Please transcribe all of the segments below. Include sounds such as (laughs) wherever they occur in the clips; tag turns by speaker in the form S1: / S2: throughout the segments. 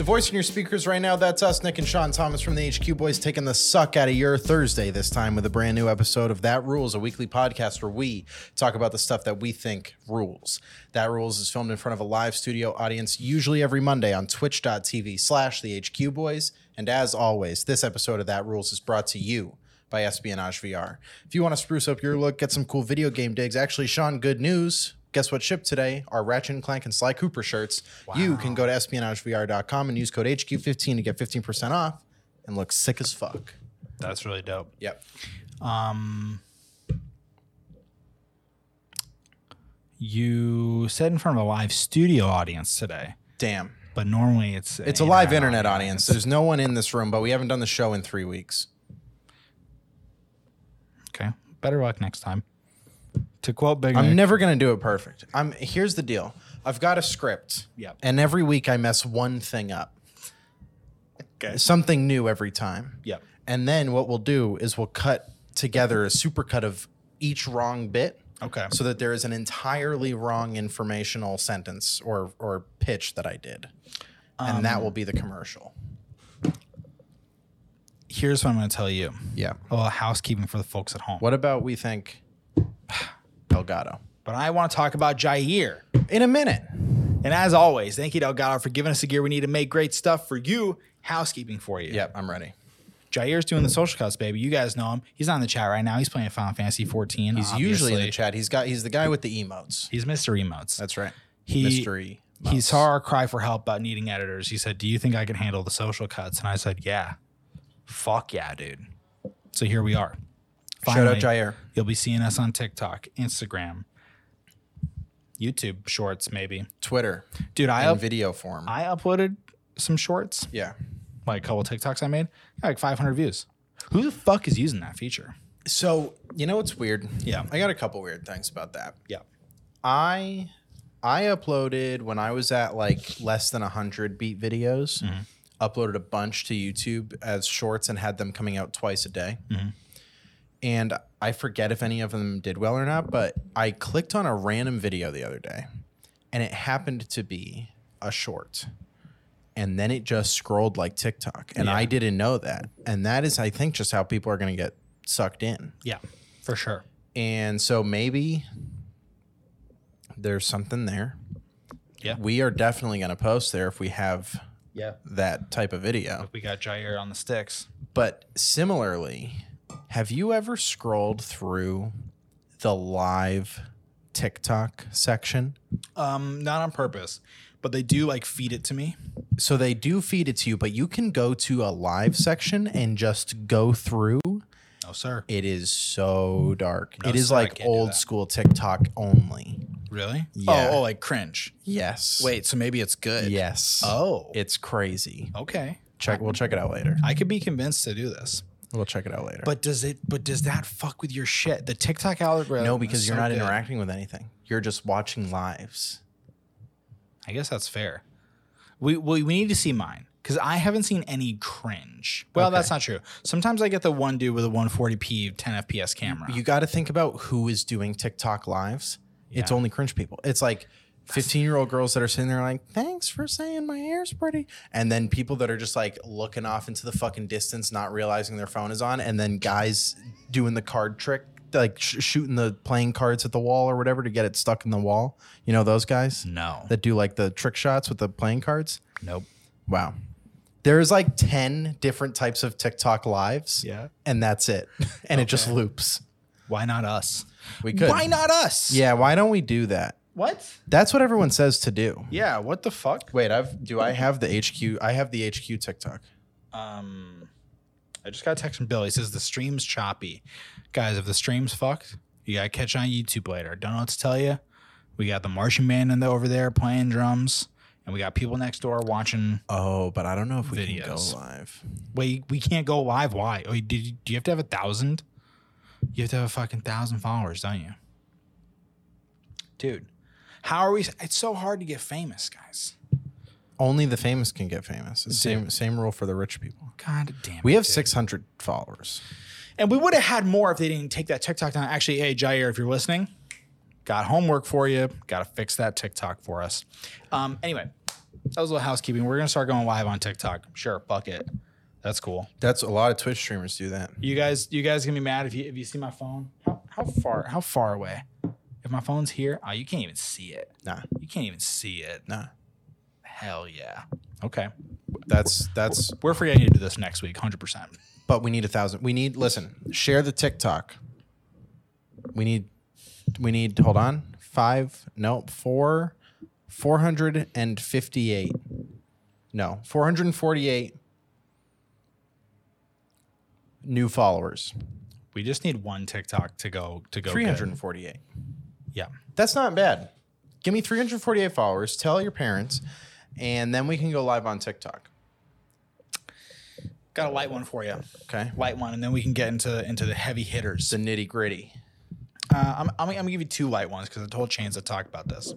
S1: voice in your speakers right now, that's us, Nick and Sean Thomas from the HQ Boys, taking the suck out of your Thursday this time with a brand new episode of That Rules, a weekly podcast where we talk about the stuff that we think rules. That Rules is filmed in front of a live studio audience, usually every Monday on twitch.tv slash the HQ Boys. And as always, this episode of That Rules is brought to you by Espionage VR. If you want to spruce up your look, get some cool video game digs. Actually, Sean, good news. Guess what shipped today? Our Ratchet and Clank and Sly Cooper shirts. You can go to espionagevr.com and use code HQ15 to get 15% off and look sick as fuck.
S2: That's really dope.
S1: Yep.
S2: Um, You said in front of a live studio audience today,
S1: Damn.
S2: but normally it's
S1: It's a live internet audience. There's no one in this room, but we haven't done the show in three weeks.
S2: Okay, better luck next time. To quote Big
S1: I'm
S2: Nick,
S1: never gonna do it perfect. I'm here's the deal. I've got a script.
S2: Yep.
S1: And every week I mess one thing up.
S2: Okay.
S1: Something new every time.
S2: Yep.
S1: And then what we'll do is we'll cut together a supercut of each wrong bit.
S2: Okay.
S1: So that there is an entirely wrong informational sentence or or pitch that I did. And
S2: Um,
S1: that will be the commercial.
S2: here's what I'm going to tell you.
S1: Yeah.
S2: A little housekeeping for the folks at home.
S1: What about we think (sighs) Delgado?
S2: But I want to talk about Jair.
S1: In a minute.
S2: And as always, thank you, Delgado, for giving us the gear we need to make great stuff for you. Housekeeping for you.
S1: Yep, I'm ready.
S2: Jair's doing the social cuts, baby. You guys know him. He's not in the chat right now. He's playing Final Fantasy 14.
S1: He's usually in the chat. He's got he's the guy with the emotes.
S2: He's Mr. Emotes.
S1: That's right.
S2: He-
S1: Mystery.
S2: he saw our cry for help about needing editors. He said, "Do you think I can handle the social cuts?" And I said, "Yeah, fuck yeah, dude." So here we are.
S1: Shout out
S2: Finally,
S1: Jair.
S2: You'll be seeing us on TikTok, Instagram, YouTube Shorts, maybe.
S1: Twitter
S2: Dude, I
S1: in
S2: up-
S1: video form.
S2: I uploaded some shorts,
S1: yeah.
S2: like a couple TikToks I made, Got like 500 views. Who the fuck is using that feature?
S1: So you know what's weird?
S2: Yeah.
S1: I got a couple weird things about that.
S2: Yeah.
S1: I I uploaded when I was at like less than hundred beat videos. Uploaded a bunch to YouTube as shorts and had them coming out twice a day. And I forget if any of them did well or not, but I clicked on a random video the other day, and it happened to be a short. And then it just scrolled like TikTok, and I didn't know that. And that is, I think, just how people are going to get sucked in.
S2: Yeah, for sure.
S1: And so maybe there's something there.
S2: Yeah.
S1: We are definitely going to post there if we have
S2: Yeah,
S1: that type of video.
S2: we got Jair on the sticks.
S1: But similarly, have you ever scrolled through the live TikTok section?
S2: Um, not on purpose, but they do like feed it to me.
S1: So they do feed it to you, but you can go to a live section and just go through.
S2: No Oh, sir.
S1: It is so dark. it is
S2: sir, I
S1: like
S2: can't do
S1: old
S2: that.
S1: school TikTok only.
S2: Really?
S1: Yeah.
S2: Oh, oh, like cringe.
S1: Yes.
S2: Wait, so maybe it's good.
S1: Yes.
S2: Oh.
S1: It's crazy.
S2: okay.
S1: Check. We'll check it out later.
S2: I could be convinced to do this.
S1: We'll check it out later.
S2: But does it but does that fuck with your shit? The TikTok algorithm.
S1: no,
S2: is
S1: because you're
S2: uh, so
S1: not
S2: good.
S1: interacting with anything. You're just watching lives.
S2: I guess that's fair. We we, we need to see mine. Because I haven't seen any cringe. Well,
S1: Okay.
S2: that's not true. Sometimes I get the one dude with a 140p 10 FPS camera.
S1: You got to think about who is doing TikTok lives. It's
S2: Yeah.
S1: only cringe people. It's like 15 year old girls that are sitting there like, thanks for saying my hair's pretty. And then people that are just like looking off into the fucking distance, not realizing their phone is on. And then guys doing the card trick, like sh- shooting the playing cards at the wall or whatever to get it stuck in the wall. You know, those guys
S2: no.
S1: that do like the trick shots with the playing cards.
S2: nope.
S1: Wow. There's like 10 different types of TikTok lives.
S2: Yeah.
S1: And that's it. (laughs) And it just loops.
S2: Why not us?
S1: We could.
S2: Why not us?
S1: Yeah, why don't we do that?
S2: What?
S1: That's what everyone says to do.
S2: Yeah, what the fuck?
S1: Wait, I've do I have the HQ? I have the HQ TikTok.
S2: Um, I just got a text from Bill. He says the stream's choppy. Guys, if the stream's fucked, you gotta catch on YouTube later. Don't know what to tell you. We got the Martian Band in the, over there playing drums, and we got people next door watching.
S1: Oh, but I don't know if we can
S2: Videos.
S1: go live.
S2: Wait, we can't go live. Why? Oh, did you, do you have to have a thousand? You have to have a fucking thousand followers, don't you, dude? How are we? It's so hard to get famous, guys.
S1: Only the famous can get famous. It's same same rule for the rich people.
S2: God damn.
S1: We
S2: it,
S1: have
S2: dude.
S1: 600 followers.
S2: And we would have had more if they didn't take that TikTok down. Actually, hey, Jair, if you're listening, got homework for you. Got to fix that TikTok for us. Um, anyway, That was a little housekeeping. We're gonna start going live on TikTok. Sure, fuck it. That's cool.
S1: That's a lot of Twitch streamers do that.
S2: You guys, you guys gonna be mad if you if you see my phone? How, how far? How far away? If my phone's here, oh, you can't even see it.
S1: Nah.
S2: you can't even see it.
S1: Nah.
S2: Hell yeah. Okay,
S1: That's that's
S2: we're free. I need to do this next week, hundred percent.
S1: but we need a thousand. We need listen, share the TikTok. We need we need hold on. Five, no, four, four hundred and fifty-eight. No, four hundred and forty-eight new followers.
S2: We just need one TikTok to go to go. good.
S1: Three hundred and forty-eight.
S2: Yeah.
S1: That's not bad. Give me 348 followers, tell your parents, and then we can go live on TikTok.
S2: Got a light one for you.
S1: Okay.
S2: Light one, and then we can get into into the heavy hitters.
S1: It's the nitty gritty.
S2: Uh, I'm, I'm, I'm gonna give you two light ones because I told Chains to talk about this.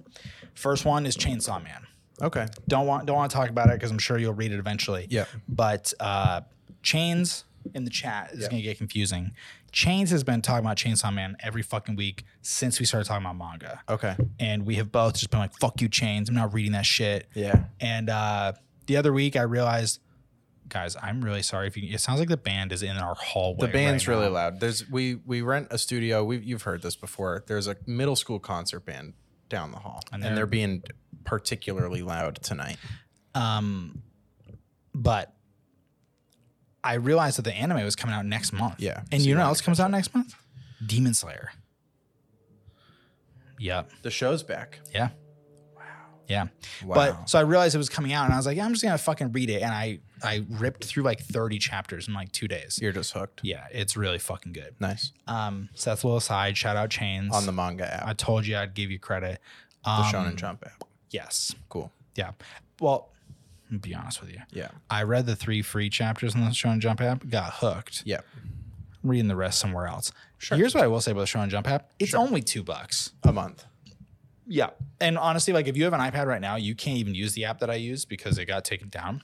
S2: First one is Chainsaw Man.
S1: Okay.
S2: Don't want don't want to talk about it because I'm sure you'll read it eventually.
S1: Yeah.
S2: But uh, Chains in the chat is gonna get confusing. Chains has been talking about Chainsaw Man every fucking week since we started talking about manga,
S1: Okay.
S2: and we have both just been like, "Fuck you, Chains! I'm not reading that shit."
S1: Yeah.
S2: And uh, the other week, I realized, guys, I'm really sorry if you. It sounds like the band is in our hallway.
S1: The band's
S2: right now.
S1: really loud. There's we we rent a studio. We you've heard this before. There's a middle school concert band down the hall, and
S2: And
S1: they're,
S2: they're-
S1: being particularly loud tonight.
S2: Um, but I realized that the anime was coming out next month.
S1: Yeah.
S2: And
S1: So you
S2: you know what
S1: wanna
S2: else comes out next month? Demon Slayer. Yep.
S1: The show's back.
S2: Yeah. Yeah.
S1: Wow.
S2: But so I realized it was coming out and I was like, yeah, I'm just going to fucking read it. And I, I ripped through like 30 chapters in like two days.
S1: You're just hooked.
S2: Yeah. It's really fucking good.
S1: Nice
S2: Um, so that's a little side shout out chains
S1: on the manga app,
S2: I told you I'd give you credit.
S1: the
S2: Um,
S1: Shonen Jump app.
S2: Yes.
S1: Cool.
S2: Yeah. Well, I'll be honest with you.
S1: Yeah.
S2: I read the three free chapters in the Shonen Jump app, got hooked.
S1: Yeah.
S2: I'm reading the rest somewhere else.
S1: Sure.
S2: Here's what I will say about the Shonen Jump app: it's only two bucks.
S1: A month.
S2: Yeah. And honestly, like if you have an iPad right now, you can't even use the app that I use because it got taken down.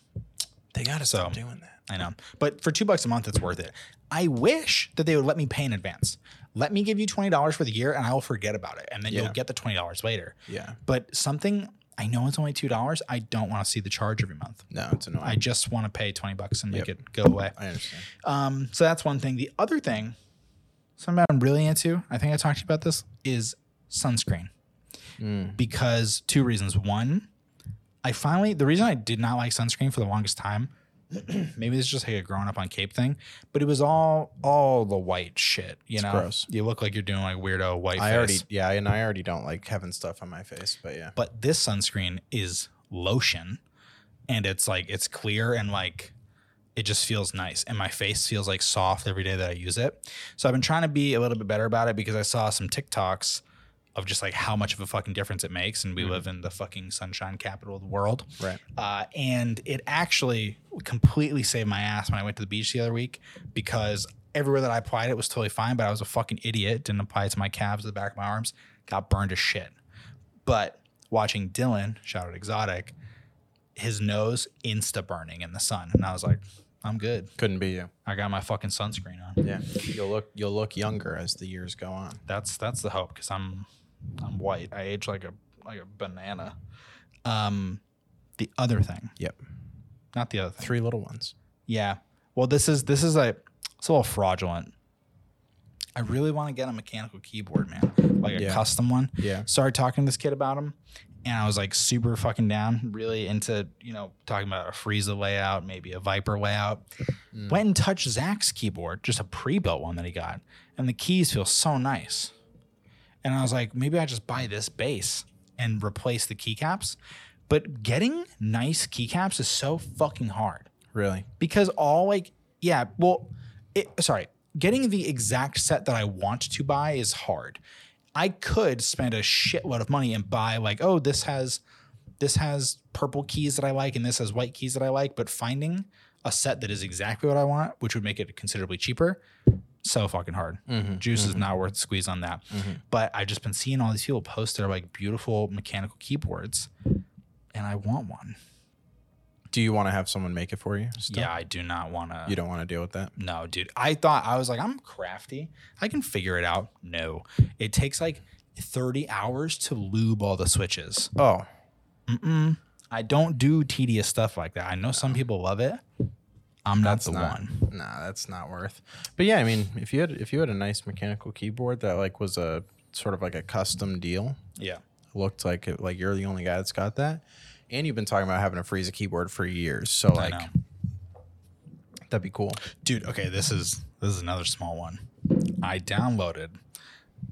S1: They gotta
S2: So-
S1: stop doing that.
S2: I know, but for two bucks a month, it's worth it. I wish that they would let me pay in advance. Let me give you twenty dollars for the year, and I will forget about it, and then
S1: Yeah.
S2: you'll get the twenty dollars later.
S1: Yeah.
S2: But something I know it's only two dollars. I don't want to see the charge every month.
S1: No, it's annoying.
S2: I
S1: I,
S2: just want to pay twenty bucks and make
S1: Yep.
S2: it go away.
S1: understand.
S2: Um, so that's one thing. The other thing, something I'm really into, I think I talked to you about this, is sunscreen.
S1: Mm.
S2: Because two reasons. One, I finally, the reason I did not like sunscreen for the longest time, (clears throat) maybe this is just like a growing up on Cape thing, but it was all all the white shit. You know,
S1: gross.
S2: you look like you're doing like weirdo white.
S1: I
S2: face.
S1: already yeah, and I already don't like having stuff on my face, but yeah.
S2: but this sunscreen is lotion, and it's like it's clear and like it just feels nice and my face feels like soft every day that I use it. So I've been trying to be a little bit better about it because I saw some TikToks of just like how much of a fucking difference it makes and we
S1: Mhm.
S2: live in the fucking sunshine capital of the world.
S1: Right.
S2: Uh, and it actually completely saved my ass when I went to the beach the other week because everywhere that I applied it was totally fine, but I was a fucking idiot, didn't apply it to my calves or the back of my arms, got burned to shit. But watching Dylan, shout out Exotic, his nose insta burning in the sun. And I was like, I'm good.
S1: Couldn't be you.
S2: I got my fucking sunscreen on.
S1: Yeah. You'll look you'll look younger as the years go on.
S2: That's that's the hope because I'm I'm white. I age like a like a banana. Um the other thing.
S1: Yep.
S2: Not the other thing.
S1: Three little ones.
S2: Yeah. Well, this is this is a it's a little fraudulent. I really want to get a mechanical keyboard, man, like a
S1: Yeah.
S2: custom one.
S1: Yeah.
S2: Started talking to this kid about him, and I was like super fucking down, really into you know talking about a Frieza layout, maybe a Viper layout.
S1: Mm.
S2: Went and touched Zach's keyboard, just a pre-built one that he got, and the keys feel so nice. And I was like, maybe I just buy this base and replace the keycaps. But getting nice keycaps is so fucking hard
S1: Really?
S2: because all like yeah well it, sorry getting the exact set that i want to buy is hard i could spend a shitload of money and buy like oh this has this has purple keys that i like and this has white keys that i like but finding a set that is exactly what i want which would make it considerably cheaper so fucking hard
S1: Mm-hmm.
S2: juice is not worth the squeeze on that
S1: Mhm.
S2: but i've just been seeing all these people post their like beautiful mechanical keyboards and i want one
S1: Do you want to have someone make it for you? still?
S2: yeah i do not want to
S1: You don't want to deal with that.
S2: No, dude. I thought I was like, I'm crafty. I can figure it out. No, it takes like 30 hours to lube all the switches.
S1: Oh,
S2: Mm-mm. I don't do tedious stuff like that. I know some people love it. I'm not the
S1: not-
S2: one.
S1: Nah, that's not worth. But yeah, I mean, if you had if you had a nice mechanical keyboard that like was a sort of like a custom deal,
S2: Yeah.
S1: looked like it, like you're the only guy that's got that, and you've been talking about having a Frieza keyboard for years, so
S2: I
S1: like
S2: know.
S1: that'd be cool.
S2: dude okay this is this is another small one i downloaded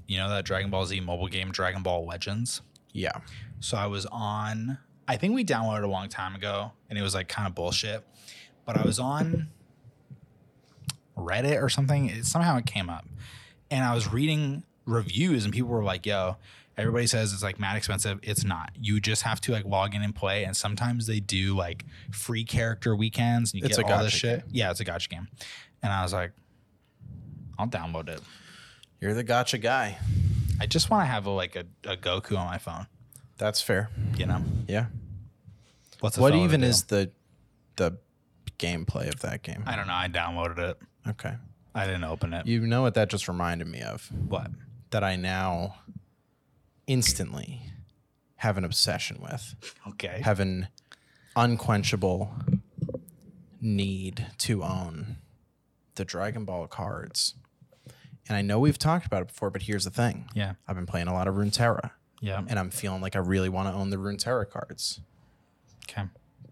S2: you know that dragon ball z mobile game dragon ball legends
S1: Yeah,
S2: so i was on i think we downloaded it a long time ago and it was like kind of bullshit but i was on reddit or something it, somehow it came up and i was reading reviews and people were like yo everybody says it's like mad expensive it's not you just have to like log in and play and sometimes they do like free character weekends and you
S1: It's
S2: get
S1: a
S2: all this
S1: gotcha
S2: shit yeah it's a gotcha game and i was like i'll download it
S1: you're the gotcha guy.
S2: i just want to have a, like a, a goku on my phone
S1: That's fair.
S2: you know
S1: Yeah.
S2: what's a
S1: what
S2: fella to
S1: even
S2: do?
S1: is the the gameplay of that game?
S2: I don't know. I downloaded it.
S1: okay.
S2: I didn't open it.
S1: You know what that just reminded me of?
S2: What?
S1: That I now instantly have an obsession with.
S2: Okay.
S1: have an unquenchable need to own the Dragon Ball cards. And I know we've talked about it before, but here's the thing.
S2: Yeah.
S1: I've been playing a lot of Runeterra,
S2: Yeah.
S1: and I'm feeling like I really want to own the Runeterra cards,
S2: Okay.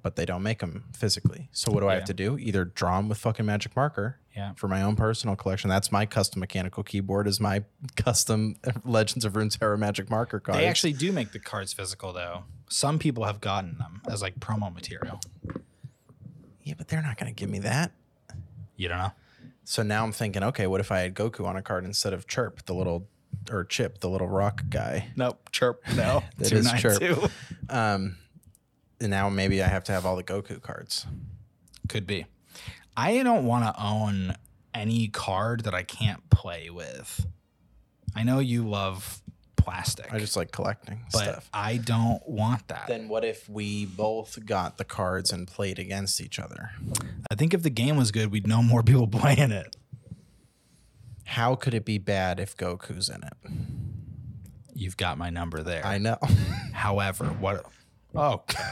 S1: but they don't make them physically. So what do I have
S2: Yeah.
S1: to do? Either draw them with fucking magic marker
S2: Yeah.
S1: for my own personal collection. That's my custom mechanical keyboard is my (laughs) custom Legends of Runeterra magic marker cards.
S2: They actually do make the cards physical though. Some people have gotten them as like promo material.
S1: yeah, but they're not going to give me that.
S2: You don't know?
S1: So now I'm thinking, okay, what if I had Goku on a card instead of Chirp, the little or Chip, the little rock guy?
S2: Nope. Chirp. No. (laughs)
S1: (laughs) That is chirp. Um, and now maybe I have to have all the Goku cards.
S2: Could be. I don't want to own any card that I can't play with. I know you love plastic,
S1: I just like collecting
S2: but
S1: stuff.
S2: I don't want that.
S1: Then what if we both got the cards and played against each other?
S2: I think if the game was good, we'd know more people (laughs) playing it.
S1: How could it be bad if Goku's in it?
S2: You've got my number there.
S1: I know.
S2: However, what? (laughs) Okay.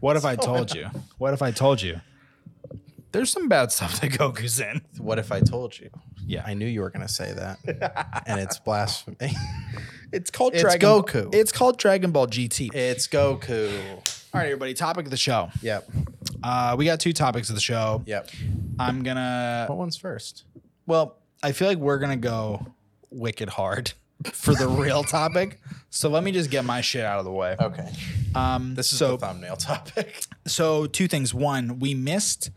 S2: What if I told you? What if I told you? There's some bad stuff that Goku's in.
S1: (laughs) what if I told you?
S2: Yeah.
S1: I knew you were going to say (laughs) that. and it's blasphemy. (laughs)
S2: It's called
S1: It's Dragon- Goku.
S2: It's called Dragon Ball GT.
S1: it's Goku.
S2: All right, everybody. Topic of the show.
S1: Yep.
S2: Uh, we got two topics of the show.
S1: Yep.
S2: I'm gonna.
S1: What one's first?
S2: Well, I feel like we're gonna go wicked hard (laughs) for the real topic. So let me just get my shit out of the way.
S1: Okay.
S2: Um,
S1: This is
S2: so
S1: the thumbnail topic.
S2: so two things one we missed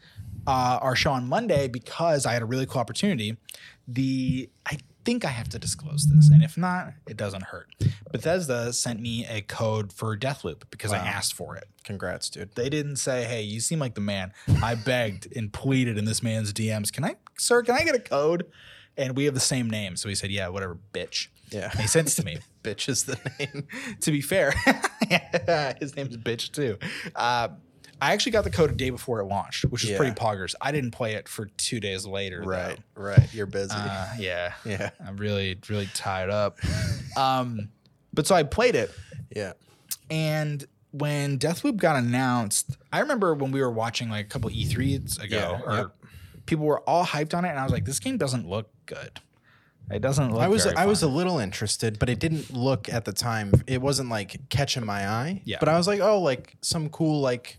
S2: uh, our show on monday because i had a really cool opportunity the i think i have to disclose this and if not it doesn't hurt bethesda sent me a code for deathloop because i
S1: Wow.
S2: asked for it
S1: (laughs) Congrats, dude.
S2: they didn't say hey you seem like the man i begged and pleaded in this man's dms can i sir can i get a code and we have the same name so he said yeah whatever bitch
S1: Yeah.
S2: and he sent it to (laughs) me
S1: Bitch is the name.
S2: (laughs) to be fair, his name's Bitch too. Uh, I actually got the code a day before it launched, which is
S1: Yeah.
S2: pretty poggers. I didn't play it for two days later. though.
S1: Right, right. You're busy.
S2: Uh, yeah.
S1: yeah,
S2: I'm really, really tied up. Um, but so I played it,
S1: yeah.
S2: and when Deathloop got announced, I remember when we were watching like a couple E3s ago,
S1: Yeah,
S2: or
S1: yep.
S2: people were all hyped on it, and I was like, this game doesn't look good. It doesn't look.
S1: I was
S2: very
S1: I was
S2: fun.
S1: a little interested, but it didn't look at the time. It wasn't like catching my eye.
S2: Yeah.
S1: But I was like, oh, like some cool like.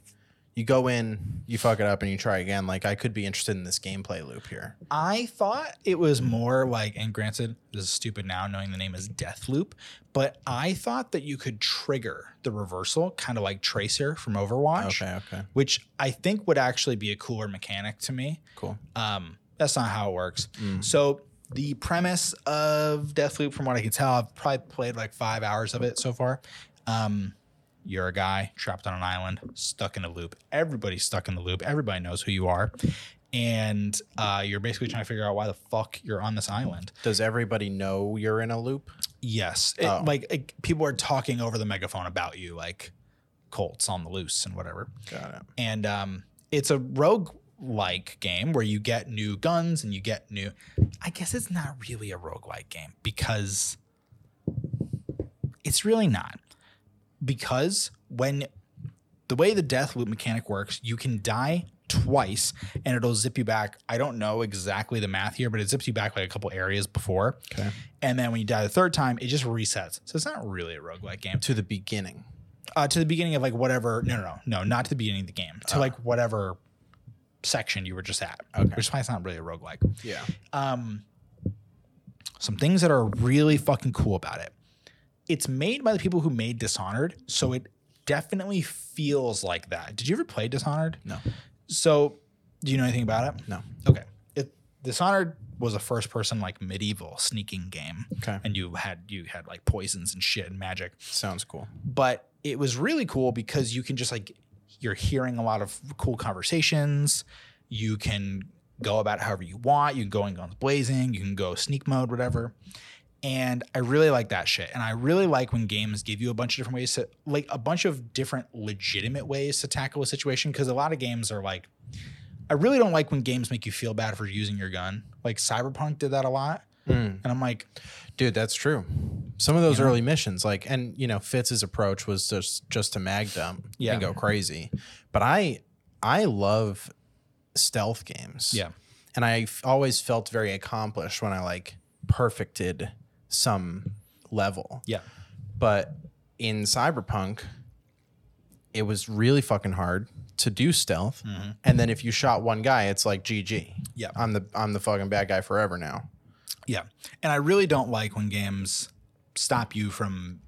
S1: You go in, you fuck it up, and you try again. Like I could be interested in this gameplay loop here.
S2: I thought it was more like, and granted, this is stupid now knowing the name is Deathloop, but I thought that you could trigger the reversal, kind of like Tracer from Overwatch,
S1: Okay, okay,
S2: which I think would actually be a cooler mechanic to me.
S1: cool.
S2: Um, that's not how it works.
S1: Mm.
S2: So the premise of Deathloop, from what I can tell, I've probably played like five hours of it so far. Um, you're a guy trapped on an island, stuck in a loop. Everybody's stuck in the loop. Everybody knows who you are, and uh, you're basically trying to figure out why the fuck you're on this island.
S1: Does everybody know you're in a loop?
S2: Yes, it,
S1: Oh.
S2: like it, people are talking over the megaphone about you, like Colts on the loose and whatever
S1: Got it.
S2: and um, it's a rogue like game where you get new guns and you get new I guess it's not really a roguelike game because it's really not because when the way the death loop mechanic works, you can die twice and it'll zip you back. I don't know exactly the math here, but it zips you back like a couple areas before.
S1: Okay.
S2: And then when you die the third time, it just resets. So it's not really a roguelike game.
S1: to the beginning.
S2: Uh, to the beginning of like whatever, no, no, no, no, not to the beginning of the game,
S1: Uh-huh.
S2: to like whatever section you were just at, okay. which is why it's not really a roguelike
S1: Yeah.
S2: um, some things that are really fucking cool about it. It's made by the people who made Dishonored, so it definitely feels like that. Did you ever play Dishonored?
S1: No.
S2: So, do you know anything about it?
S1: No.
S2: Okay. It, Dishonored was a first-person like medieval sneaking game,
S1: Okay.
S2: and you had you had like poisons and shit and magic
S1: Sounds cool.
S2: but it was really cool because you can just like you're hearing a lot of cool conversations. You can go about however you want. You can go in guns blazing. You can go sneak mode, whatever. And I really like that shit. And I really like when games give you a bunch of different ways to like a bunch of different legitimate ways to tackle a situation because a lot of games are like. I really don't like when games make you feel bad for using your gun. Like Cyberpunk did that a lot.
S1: Mm.
S2: And I'm like,
S1: Dude, that's true. Some of those
S2: Yeah.
S1: early missions, like, and you know, Fitz's approach was just just to mag dump
S2: Yeah.
S1: and go crazy. But I I love stealth games.
S2: Yeah.
S1: and I f- always felt very accomplished when I like perfected some level.
S2: yeah.
S1: But in Cyberpunk, it was really fucking hard to do stealth. And then if you shot one guy, it's like GG.
S2: Mm-hmm. Yeah.
S1: I'm the I'm the fucking bad guy forever now.
S2: Yeah. And I really don't like when games stop you from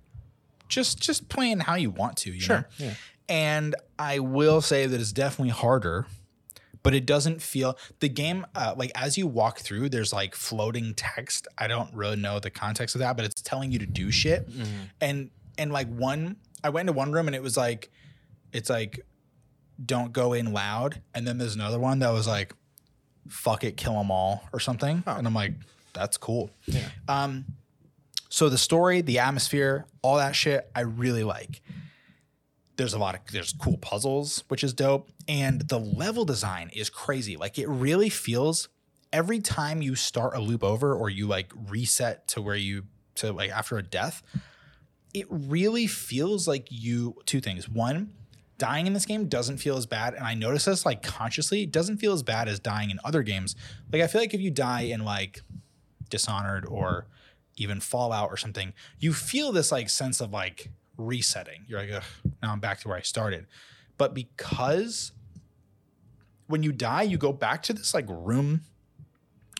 S2: just just playing how you want to, you know?
S1: Yeah.
S2: And I will say that it's definitely harder, but it doesn't feel the game uh, like as you walk through there's like floating text. I don't really know the context of that, but it's telling you to do shit. And and like one I went into one room and it was like it's like don't go in loud and then there's another one that was like fuck it, kill them all or something. And I'm like that's cool.
S1: Yeah.
S2: Um, so the story, the atmosphere, all that shit, I really like. There's a lot of there's cool puzzles, which is dope, and the level design is crazy. Like it really feels every time you start a loop over or you like reset to where you to like after a death, it really feels like you two things. One, dying in this game doesn't feel as bad, and I notice this like consciously, it doesn't feel as bad as dying in other games. Like I feel like if you die in like Dishonored or even Fallout or something, you feel this like sense of like resetting. You're like, Ugh, now I'm back to where I started. But because when you die, you go back to this like room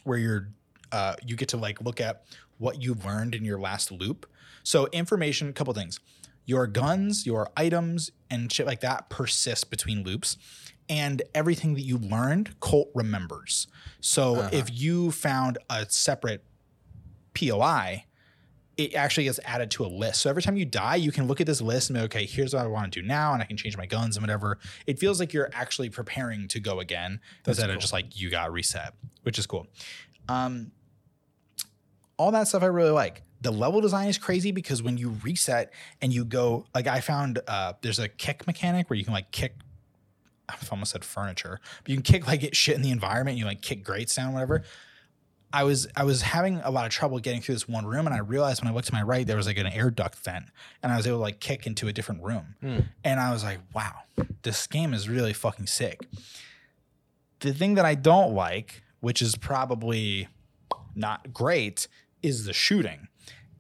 S2: where you're uh, you get to like look at what you've learned in your last loop. So information, a couple things. Your guns, your items, and shit like that persist between loops. And everything that you learned, Colt remembers. So
S1: Uh-huh.
S2: if you found a separate POI, it actually gets added to a list. So every time you die, you can look at this list and be okay, here's what I want to do now, and I can change my guns and whatever. It feels like you're actually preparing to go again instead of
S1: cool.
S2: just like you got reset, which is cool. Um, all that stuff I really like. The level design is crazy because when you reset and you go, like I found uh, there's a kick mechanic where you can like kick. I've almost said furniture, but you can kick like shit in the environment. You like kick grates down, whatever. I was I was having a lot of trouble getting through this one room, and I realized when I looked to my right there was like an air duct vent, and I was able to like kick into a different room,
S1: Hmm.
S2: and I was like, wow, this game is really fucking sick. The thing that I don't like, which is probably not great, is the shooting,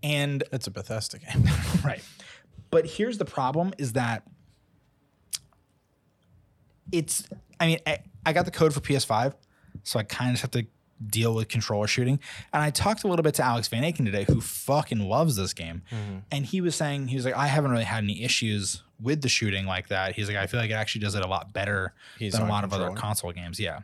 S2: and
S1: It's a Bethesda
S2: (laughs)
S1: game.
S2: right. But here's the problem: is that it's. I mean, I, I got the code for PS5, so I kind of have to deal with controller shooting. And I talked a little bit to Alex Van Aken today, who fucking loves this game, and he was saying he was like, I haven't really had any issues with the shooting like that. He's like, I feel like it actually does it a lot better
S1: He's
S2: than a
S1: on
S2: lot of other
S1: controller.
S2: console games. Yeah.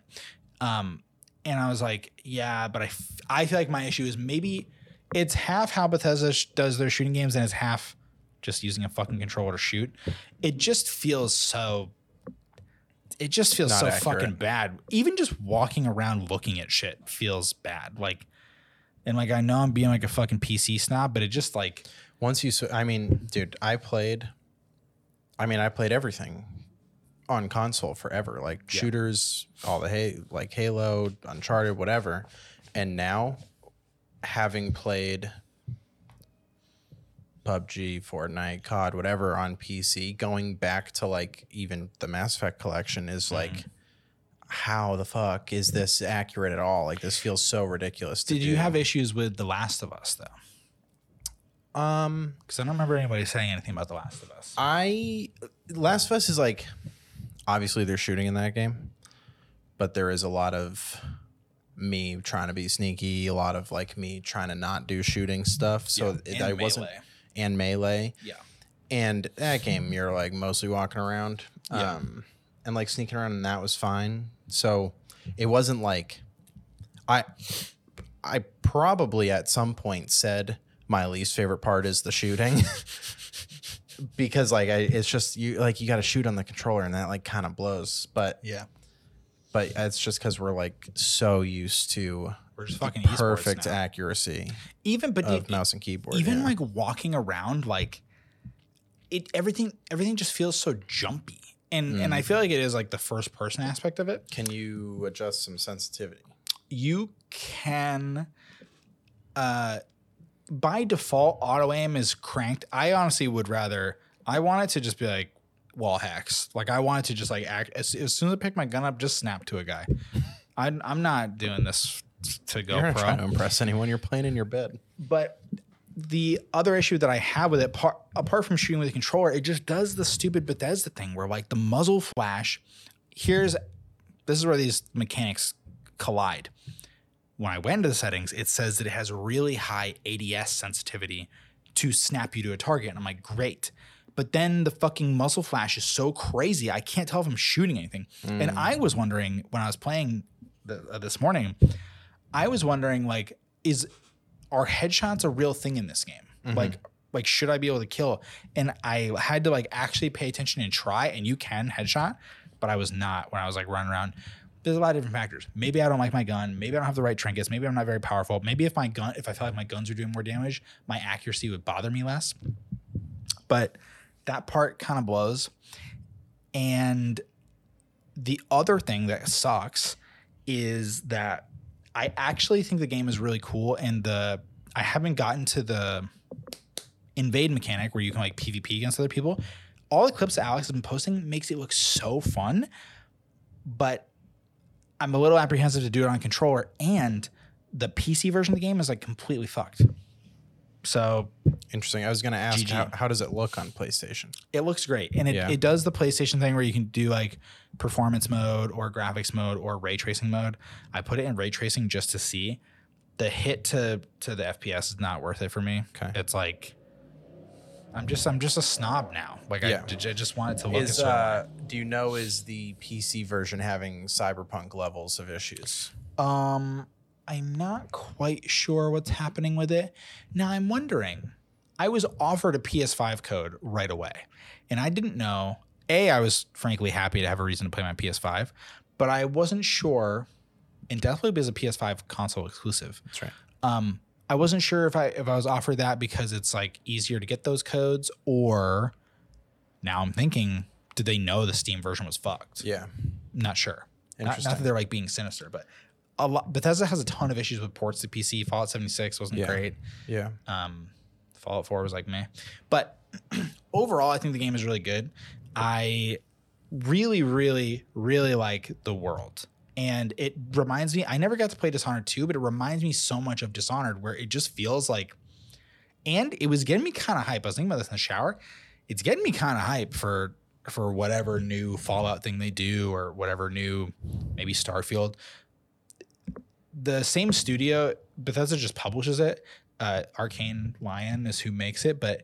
S2: Um, and I was like, yeah, but I, f- I feel like my issue is maybe it's half how Bethesda sh- does their shooting games and it's half just using a fucking controller to shoot. It just feels so. It just feels
S1: Not
S2: so
S1: accurate.
S2: fucking bad. Even just walking around looking at shit feels bad. Like, and like I know I'm being like a fucking PC snob, but it just like
S1: Once you, sw- I mean, dude, I played. I mean, I played everything on console forever, like shooters, all the hey, like Halo, Uncharted, whatever. And now, having played PUBG, Fortnite, COD, whatever on PC, going back to like even the Mass Effect collection is
S2: Mm-hmm.
S1: like, how the fuck is this accurate at all? Like this feels so ridiculous. To
S2: Did
S1: do.
S2: you have issues with The Last of Us though?
S1: Um,
S2: Because I don't remember anybody saying anything about The Last of Us.
S1: I Last of Us is like obviously they're shooting in that game, but there is a lot of me trying to be sneaky, a lot of like me trying to not do shooting stuff. So
S2: Yeah,
S1: it,
S2: and
S1: I wasn't
S2: Melee.
S1: and melee.
S2: Yeah.
S1: and that game you're like mostly walking around
S2: Yeah.
S1: um and like sneaking around and that was fine so it wasn't like i i probably at some point said my least favorite part is the shooting (laughs) because like I, it's just you like you got to shoot on the controller and that like kind of blows but
S2: Yeah.
S1: but it's just because we're like so used to
S2: We're just fucking esports
S1: perfect
S2: now.
S1: accuracy
S2: Even but
S1: of
S2: e-
S1: mouse and keyboard
S2: even
S1: yeah.
S2: like walking around like it everything everything just feels so jumpy. And and I
S1: Mm.
S2: feel like it is like the first person aspect of it.
S1: can you adjust some sensitivity
S2: You can uh by default auto aim is cranked. I honestly would rather I want it to just be like wall hacks. Like I want it to just like act as, as soon as I pick my gun up, just snap to a guy. I'm I'm not doing this to go
S1: You're not
S2: pro.
S1: trying to impress anyone. You're playing in your bed.
S2: But the other issue that I have with it, par- apart from shooting with the controller, it just does the stupid Bethesda thing where like the muzzle flash. Here's this is where these mechanics collide. When I went into the settings, it says that it has really high ADS sensitivity to snap you to a target. And I'm like, great. But then the fucking muzzle flash is so crazy, I can't tell if I'm shooting anything. And I was wondering when I was playing th- uh, this morning, I was wondering like, is are headshots a real thing in this game? Like, like should I be able to kill? And I had to like actually pay attention and try. And you can headshot, but I was not when I was like running around. There's a lot of different factors. Maybe I don't like my gun. Maybe I don't have the right trinkets. Maybe I'm not very powerful. Maybe if my gun, if I felt like my guns are doing more damage, my accuracy would bother me less. But that part kind of blows. And the other thing that sucks is that I actually think the game is really cool, and the I haven't gotten to the invade mechanic where you can like PvP against other people. All the clips that Alex has been posting makes it look so fun, but I'm a little apprehensive to do it on controller, and the PC version of the game is like completely fucked. So
S1: Interesting. I was going to ask,
S2: GG.
S1: how, how does it look on PlayStation?
S2: it looks great and it,
S1: Yeah.
S2: it does the playstation thing where you can do like performance mode or graphics mode or ray tracing mode i put it in ray tracing just to see the hit to to the fps is not worth it for me
S1: Okay.
S2: it's like i'm just i'm just a snob now like I
S1: Yeah.
S2: I, I just want it to look a
S1: Is
S2: certain way.
S1: uh, do you know is the PC version having cyberpunk levels of issues?
S2: Um, I'm not quite sure what's happening with it. Now I'm wondering. I was offered a PS5 code right away, and I didn't know. A, I was frankly happy to have a reason to play my PS5, but I wasn't sure. And Deathloop is a PS5 console exclusive.
S1: That's right.
S2: Um, I wasn't sure if I if I was offered that because it's like easier to get those codes, or now I'm thinking, did they know the Steam version was fucked?
S1: Yeah.
S2: Not sure. Not,
S1: Interesting.
S2: not that they're like being sinister, but a lot. Bethesda has a ton of issues with ports to PC. Fallout 76 wasn't
S1: Yeah.
S2: great.
S1: yeah.
S2: Um, Fallout 4 was like meh. But (clears throat) overall, I think the game is really good. I really, really, really like the world. And it reminds me, I never got to play Dishonored 2, but it reminds me so much of Dishonored, where it just feels like, and it was getting me kind of hype. I was thinking about this in the shower. It's getting me kind of hype for for whatever new Fallout thing they do or whatever new maybe Starfield the same studio Bethesda just publishes it. Uh, Arcane Lion is who makes it, but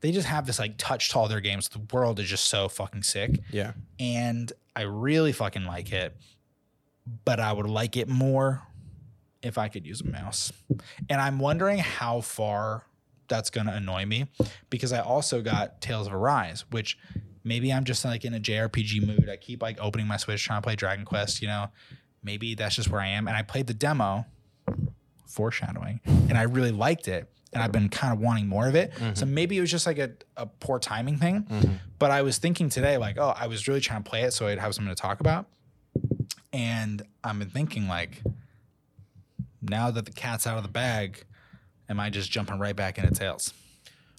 S2: they just have this like touch to all their games. The world is just so fucking sick,
S1: Yeah.
S2: and I really fucking like it. But I would like it more if I could use a mouse. And I'm wondering how far that's gonna annoy me because I also got Tales of Arise, which maybe I'm just like in a JRPG mood. I keep like opening my Switch trying to play Dragon Quest, you know. Maybe that's just where I am. And I played the demo, foreshadowing, and I really liked it. And I've been kind of wanting more of it. So maybe it was just like a, a poor timing thing.
S1: Mm-hmm.
S2: But I was thinking today, like, oh, I was really trying to play it so I'd have something to talk about. And I've been thinking, like, now that the cat's out of the bag, am I just jumping right back into Tails?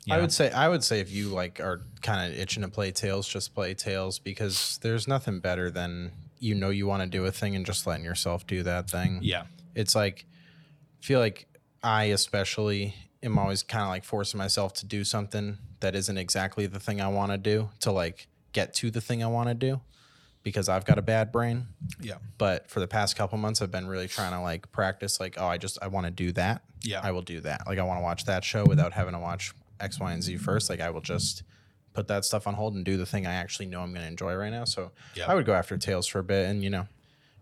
S1: I
S2: Yeah.
S1: would say I would say if you like are kind of itching to play Tails, just play Tails because there's nothing better than you know you want to do a thing and just letting yourself do that thing.
S2: Yeah.
S1: It's like I feel like I especially am always kind of like forcing myself to do something that isn't exactly the thing I want to do to like get to the thing I want to do because I've got a bad brain.
S2: Yeah.
S1: But for the past couple months I've been really trying to like practice like oh I just I want to do that.
S2: Yeah.
S1: I will do that. Like I want to watch that show without having to watch X, Y, and Z first. Like I will just put that stuff on hold and do the thing I actually know I'm going to enjoy right now. So
S2: Yeah.
S1: I would go after Tails for a bit, and you know,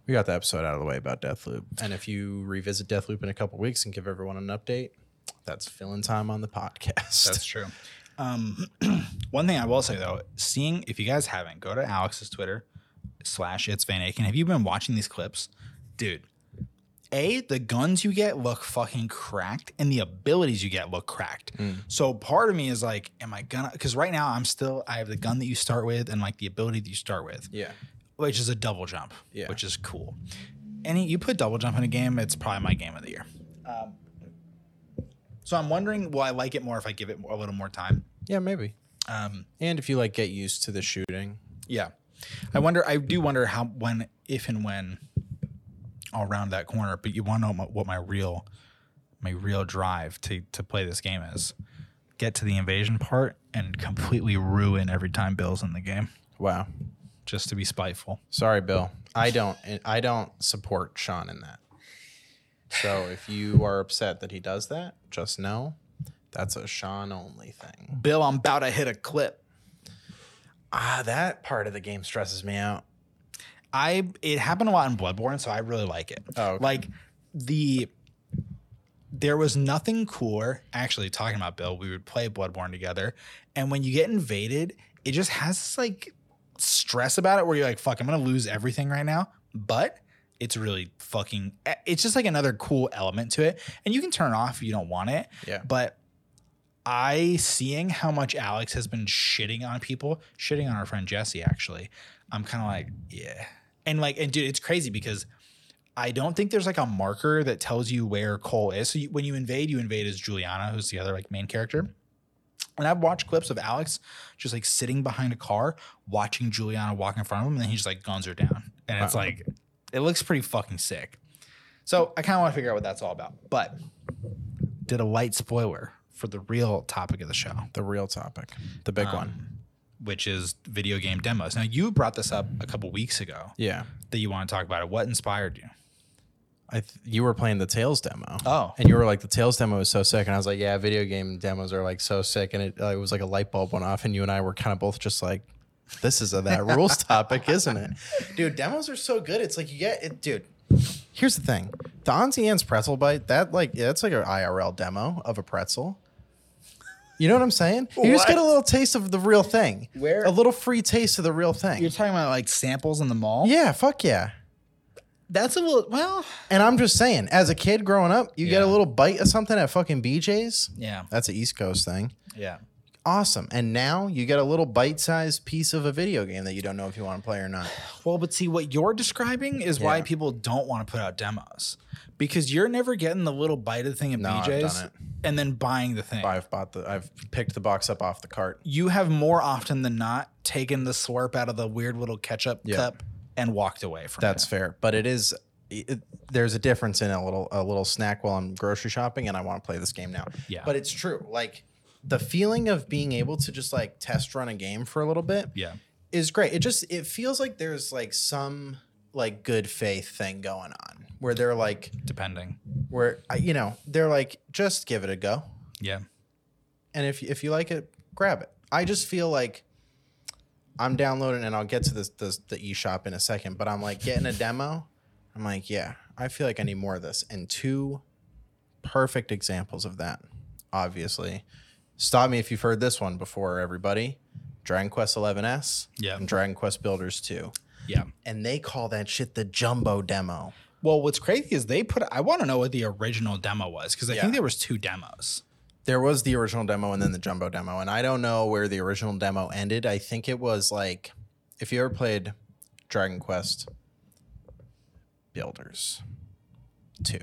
S1: we got the episode out of the way about Deathloop. And if you revisit Deathloop in a couple weeks and give everyone an update, that's filling time on the podcast. (laughs)
S2: That's true. Um, (clears throat) one thing I will say though, seeing if you guys haven't, go to Alex's Twitter slash it's Van Aken. Have you been watching these clips, dude? A, the guns you get look fucking cracked, and the abilities you get look cracked.
S1: Mm.
S2: So part of me is like, am I gonna? Because right now I'm still I have the gun that you start with and like the ability that you start with,
S1: yeah,
S2: which is a double jump,
S1: Yeah.
S2: which is cool. Any you put double jump in a game, it's probably my game of the year. Um, so I'm wondering, will I like it more if I give it a little more time?
S1: yeah, maybe.
S2: Um,
S1: And if you like get used to the shooting,
S2: yeah, I wonder. I do wonder how, when, if, and when I'll round that corner. But you want to know my- what my real, my real drive to to play this game is: get to the invasion part and completely ruin every time Bill's in the game,
S1: wow.
S2: just to be spiteful.
S1: Sorry, Bill. I don't. I don't support Sean in that. So if you are upset that he does that, just know that's a Sean only thing.
S2: Bill, I'm about to hit a clip.
S1: Ah, that part of the game stresses me out.
S2: I it happened a lot in Bloodborne, so I really like it.
S1: Oh, okay.
S2: Like the there was nothing cooler. Actually, talking about Bill, we would play Bloodborne together, and when you get invaded, it just has this like stress about it where you're like, "Fuck, I'm gonna lose everything right now," but it's really fucking. eh, It's just like another cool element to it, and you can turn it off if you don't want it.
S1: Yeah.
S2: But I seeing how much Alex has been shitting on people, shitting on our friend Jesse, actually, I'm kind of like, yeah. And like, and dude, it's crazy because I don't think there's like a marker that tells you where Cole is. So you, when you invade, you invade as Juliana, who's the other like main character. And I've watched clips of Alex just like sitting behind a car, watching Juliana walk in front of him, and then he just like guns her down. And it's
S1: Wow.
S2: like, it looks pretty fucking sick. So I kind of want to figure out what that's all about. But did a light spoiler for the real topic of the show,
S1: The real topic, the big one.
S2: Um, which is video game demos. Now you brought this up a couple weeks ago
S1: Yeah,
S2: that you want to talk about it. What inspired you?
S1: I th- you were playing the Tails demo.
S2: Oh.
S1: and you were like, the Tails demo is so sick, and I was like, yeah, video game demos are like so sick, and it, uh, it was like a light bulb went off, and you and I were kind of both just like, this is a that (laughs) rules topic, isn't it? Dude, demos are so good. It's like you get it, dude. Here's the thing: the Auntie Anne's pretzel bite. That like yeah, that's like an IRL demo of a pretzel. You know what I'm saying? You just
S2: What?
S1: get a little taste of the real thing.
S2: Where-
S1: a little free taste of the real thing.
S2: You're talking about like samples in the mall.
S1: yeah, fuck yeah.
S2: that's a little. Well,
S1: And I'm just saying, as a kid growing up, you get a
S2: Yeah.
S1: little bite of something at fucking BJ's.
S2: yeah,
S1: That's an East Coast thing.
S2: yeah.
S1: Awesome. And now you get a little bite-sized piece of a video game that you don't know if you want to play or not.
S2: Well, but see, what you're describing is why
S1: Yeah.
S2: people don't want to put out demos because you're never getting the little bite of the thing at
S1: No, I've
S2: BJ's
S1: done it.
S2: and then buying the thing.
S1: I've bought the I've picked the box up off the cart.
S2: You have more often than not taken the slurp out of the weird little ketchup
S1: Yeah.
S2: cup and walked away from
S1: That's
S2: it.
S1: fair. But it is it, there's a difference in a little a little snack while I'm grocery shopping and I want to play this game now.
S2: Yeah.
S1: But it's true. Like the feeling of being able to just like test run a game for a little bit.
S2: Yeah.
S1: is great. It just it feels like there's like some like good faith thing going on where they're like
S2: Depending.
S1: where I- you know they're like just give it a go
S2: Yeah.
S1: and if if you like it grab it. I just feel like I'm downloading and I'll get to this, this the eShop in a second, but I'm like getting a demo. I'm like yeah, I feel like I need more of this. And two perfect examples of that, obviously. Stop me if you've heard this one before, everybody. Dragon Quest 11S
S2: Yeah.
S1: and Dragon Quest Builders 2
S2: Yeah.
S1: and they call that shit the jumbo demo.
S2: Well, what's crazy is they put. I want to know what the original demo was because I
S1: Yeah.
S2: think there was two demos.
S1: There was the original demo and then the jumbo demo, and I don't know where the original demo ended. I think it was like if you ever played Dragon Quest Builders 2.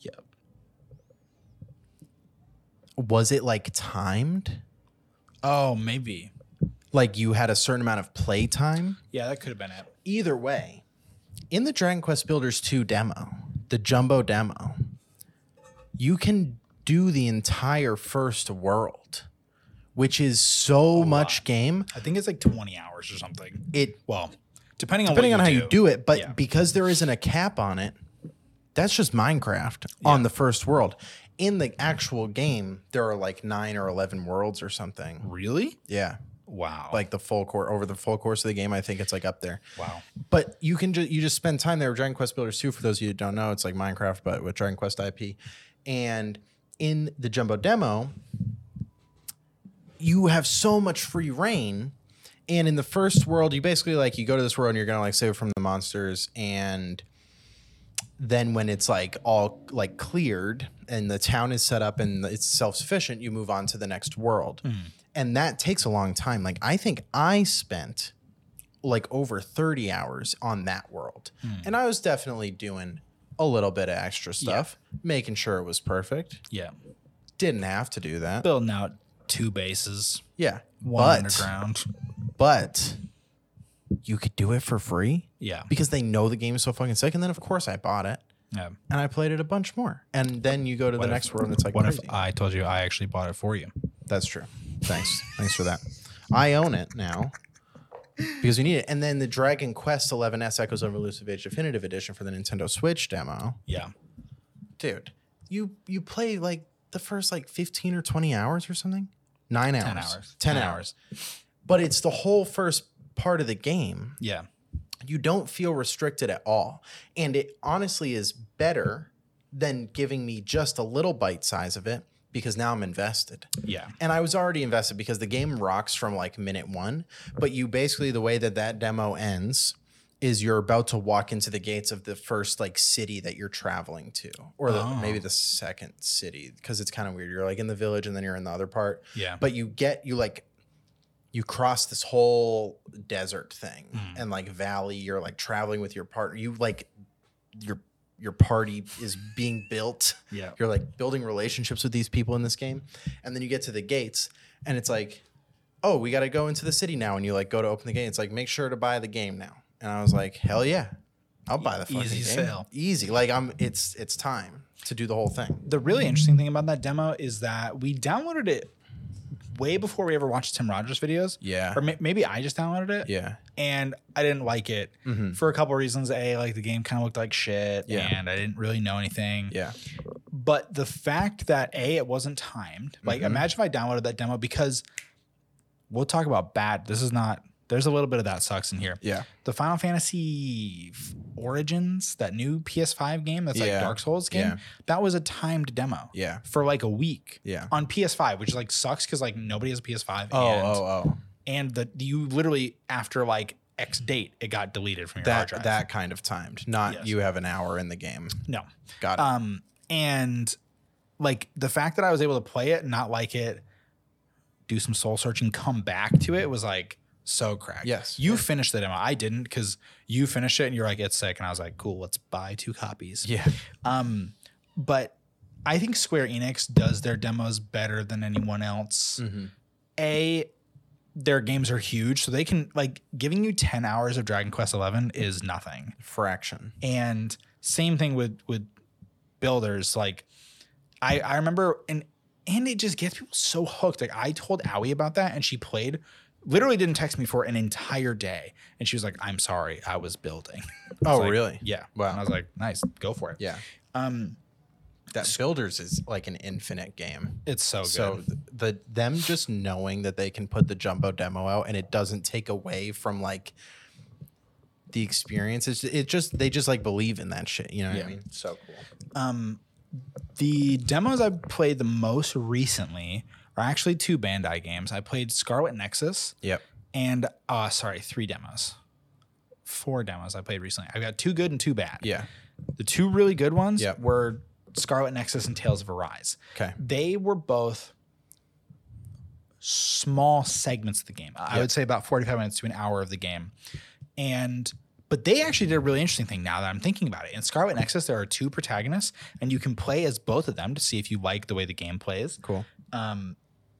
S2: Yep.
S1: was it like timed?
S2: Oh, maybe.
S1: Like you had a certain amount of play time?
S2: Yeah, that could have been it.
S1: Either way, in the Dragon Quest Builders 2 demo, the jumbo demo, you can do the entire first world, which is so much game.
S2: I think it's like 20 hours or something.
S1: It
S2: Well, depending on
S1: depending
S2: what
S1: on how you do it, but
S2: Yeah.
S1: because there isn't a cap on it, that's just Minecraft on the first world. In the actual game, there are like nine or eleven worlds or something.
S2: Really?
S1: Yeah,
S2: Wow.
S1: like the full court over the full course of the game, I think it's like up there.
S2: wow.
S1: But you can just you just spend time there. Dragon Quest Builders 2, for those of you that don't know, it's like Minecraft, but with Dragon Quest IP. And in the jumbo demo, you have so much free reign. And in the first world, you basically like you go to this world and you're gonna like save from the monsters and then when it's like all like cleared and the town is set up and it's self-sufficient you move on to the next world and that takes a long time like i think i spent like over 30 hours on that world
S2: Hmm.
S1: and i was definitely doing a little bit of extra stuff making sure it was perfect
S2: Yeah.
S1: didn't have to do that
S2: Building out two bases,
S1: yeah
S2: one
S1: but
S2: underground.
S1: but you could do it for free
S2: Yeah.
S1: because they know the game is so fucking sick and then of course i bought it
S2: yeah.
S1: and I played it a bunch more. And then you go to the
S2: if-
S1: next world and it's like,
S2: What if
S1: crazy.
S2: I told you I actually bought it for you?
S1: That's true. Thanks. Thanks for that. I own it now because we need it. And then the Dragon Quest 11S Echoes of Elusive Age Definitive Edition for the Nintendo Switch demo.
S2: Yeah.
S1: Dude, you you play like the first like 15 or 20 hours or something? Nine hours.
S2: 10 hours.
S1: 10 hours. But it's the whole first part of the game
S2: Yeah.
S1: you don't feel restricted at all. And it honestly is better than giving me just a little bite size of it because now I'm invested.
S2: Yeah.
S1: And I was already invested because the game rocks from like minute one. But you basically, the way that that demo ends is you're about to walk into the gates of the first like city that you're traveling to, or the,
S2: Oh.
S1: maybe the second city because it's kind of weird. You're like in the village and then you're in the other part
S2: Yeah.
S1: but you get you like you cross this whole desert thing
S2: Mhm.
S1: and like valley you're like traveling with your partner you like your your party is being built
S2: yeah.
S1: you're like building relationships with these people in this game and then you get to the gates and it's like oh we got to go into the city now and you like go to open the gate it's like make sure to buy the game now and i was like hell yeah i'll buy the fucking
S2: E-, Easy
S1: game.
S2: sale.
S1: easy like i'm it's it's time to do the whole thing
S2: The really interesting thing about that demo is that we downloaded it way before we ever watched Tim Rogers videos.
S1: yeah
S2: Or may- maybe I just downloaded it.
S1: yeah
S2: and I didn't like it
S1: Mhm.
S2: for a couple of reasons. A, like the game kind of looked like shit,
S1: Yeah.
S2: and I didn't really know anything.
S1: yeah
S2: But the fact that A, it wasn't timed. Like,
S1: Mhm.
S2: imagine if I downloaded that demo because we'll talk about bad. This is not. There's a little bit of that sucks in here.
S1: yeah
S2: The Final Fantasy f- Origins, that new PS5 game, that's
S1: Yeah.
S2: like Dark Souls game.
S1: Yeah.
S2: That was a timed demo
S1: yeah
S2: for like a week
S1: yeah
S2: on PS5, which like sucks because like nobody has a PS5.
S1: oh
S2: and
S1: oh oh
S2: and the you literally after like X date it got deleted from your hard
S1: that
S2: drive.
S1: that kind of timed not
S2: Yes.
S1: you have an hour in the game
S2: no,
S1: got it
S2: um, and like the fact that I was able to play it, and not like it, do some soul searching, come back to it was like so cracked.
S1: Yes.
S2: you finished the demo. I didn't because you finished it and you're like it's sick, and I was like cool, let's buy two copies.
S1: yeah
S2: (laughs) Um, but I think Square Enix does their demos better than anyone else.
S1: Mm. Mm-hmm.
S2: a their games are huge so they can like giving you 10 hours of dragon quest 11 is nothing
S1: fraction
S2: and same thing with with builders like i i remember and and it just gets people so hooked like i told owie about that and she played literally didn't text me for an entire day and she was like i'm sorry i was building (laughs)
S1: oh
S2: like-
S1: really
S2: yeah
S1: Wow.
S2: and i was like nice go for it
S1: yeah
S2: um
S1: that builders is like an infinite game
S2: it's so Oh, good
S1: so th- the them just knowing that they can put the jumbo demo out and it doesn't take away from like the experience it's it just they just like believe in that shit you know what
S2: Yeah.
S1: i mean so cool
S2: um, the demos I've played the most recently are actually two Bandai games. I played Scarlet Nexus
S1: yep
S2: and uh sorry, three demos. Four demos I played recently. I've got two good and two bad.
S1: yeah
S2: The two really good ones
S1: Yep.
S2: were Scarlet Nexus and Tales of Arise.
S1: okay
S2: They were both small segments of the game. I
S1: Yep.
S2: would say about 45 minutes to an hour of the game. And but they actually did a really interesting thing now that I'm thinking about it. In Scarlet Nexus, there are two protagonists, and you can play as both of them to see if you like the way the game plays.
S1: cool
S2: Um,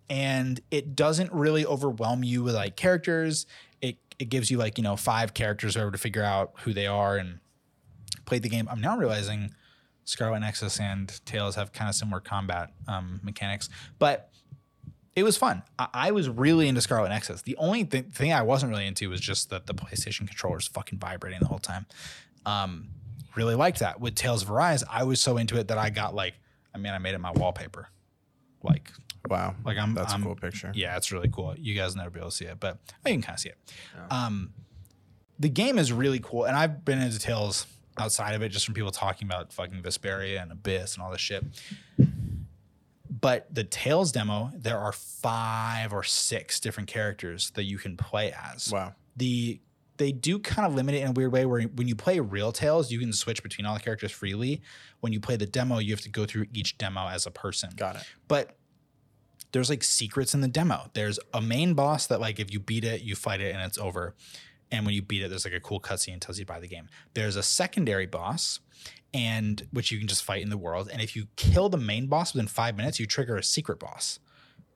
S2: and it doesn't really overwhelm you with like characters. It it gives you like you know five characters over to figure out who they are and played the game. I'm now realizing Scarlet Nexus and Tails have kind of similar combat um, mechanics, but it was fun. I, I was really into Scarlet Nexus. The only th- thing I wasn't really into was just that the PlayStation controller is fucking vibrating the whole time. Um, really liked that. With Tales of Arise, I was so into it that I got like, I mean, I made it my wallpaper. Like,
S1: Wow.
S2: like I'm
S1: That's
S2: I'm,
S1: a cool picture.
S2: yeah, it's really cool. You guys will never be able to see it, but oh, you can kind of see it. Um, the game is really cool, and I've been into Tales outside of it just from people talking about fucking Vesperia and Abyss and all this shit. But the Tales demo, there are five or six different characters that you can play as
S1: Wow.
S2: the they do kind of limit it in a weird way where when you play real tales you can switch between all the characters freely when you play the demo you have to go through each demo as a person
S1: Got it.
S2: but there's like secrets in the demo there's a main boss that like if you beat it you fight it and it's over and when you beat it there's like a cool cutscene that tells you to buy the game there's a secondary boss and which you can just fight in the world and if you kill the main boss within five minutes you trigger a secret boss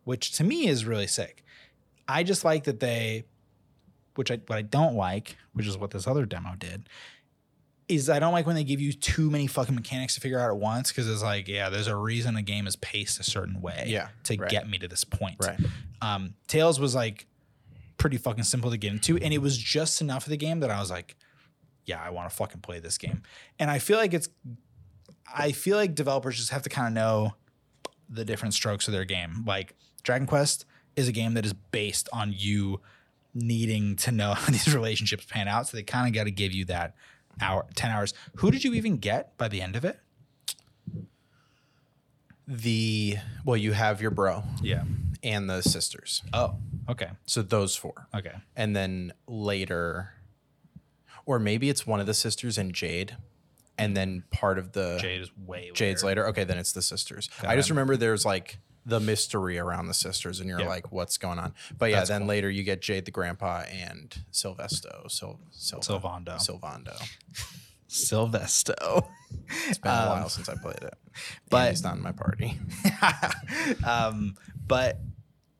S2: which to me is really sick i just like that they which i what i don't like which is what this other demo did is I don't like when they give you too many fucking mechanics to figure out at once because it's like, yeah, there's a reason a game is paced a certain way
S1: Yeah,
S2: to
S1: right.
S2: get me to this point.
S1: Right.
S2: Um, Tails was like pretty fucking simple to get into, and it was just enough of the game that I was like, yeah, I want to fucking play this game. And I feel like it's, I feel like developers just have to kind of know the different strokes of their game. Like Dragon Quest is a game that is based on you needing to know (laughs) how these relationships pan out, so they kind of got to give you that hour, ten hours. Who did you even get by the end of it?
S1: The well, you have your bro
S2: Yeah.
S1: and the sisters.
S2: Oh. Okay.
S1: So those four.
S2: Okay.
S1: and then later or maybe it's one of the sisters and jade and then part of the
S2: Jade is way.
S1: jade's
S2: later.
S1: later okay then it's the sisters i just remember there's like the mystery around the sisters and you're
S2: Yeah.
S1: like what's going on but yeah
S2: That's
S1: then
S2: cool.
S1: later you get jade the grandpa and silvesto Sil- Silva,
S2: Silvando.
S1: silvando
S2: Silvesto. (laughs)
S1: it's been a while since i played it
S2: but-
S1: Um, but he's not in my party
S2: um, but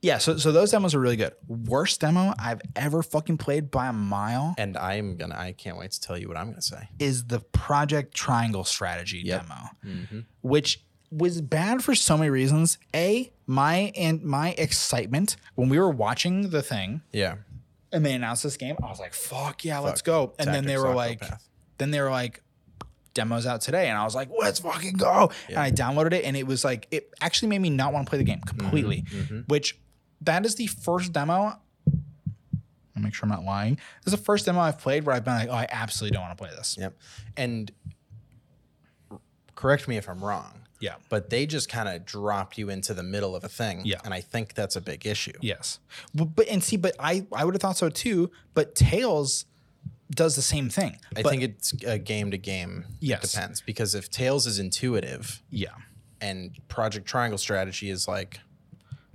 S2: yeah, so so those demos are really good. Worst demo I've ever fucking played by a mile
S1: and i'm gonna i can't wait to tell you what i'm gonna say
S2: is the Project Triangle Strategy
S1: Yep.
S2: demo,
S1: Mhm.
S2: which was bad for so many reasons. A, my and my excitement when we were watching the thing
S1: yeah
S2: and they announced this game, I was like, "Fuck yeah, let's go!" And then they
S1: Tactics
S2: were like,
S1: Octopath.
S2: then they were like demos out today and i was like let's fucking go and i downloaded it and it was like it actually made me not want to play the game completely
S1: Mm-hmm,
S2: which that is the first demo I'll make sure i'm not lying this is the first demo i've played where i've been like oh i absolutely don't want to play this
S1: Yep. And correct me if I'm wrong,
S2: yeah
S1: but they just kind of dropped you into the middle of a thing.
S2: Yeah.
S1: And I think that's a big issue.
S2: Yes. But, but and see, but I I would have thought so too. But Tails does the same thing.
S1: I
S2: But-
S1: think it's a game to game.
S2: Yes.
S1: Depends. Because if Tails is intuitive
S2: yeah.
S1: and Project Triangle Strategy is like,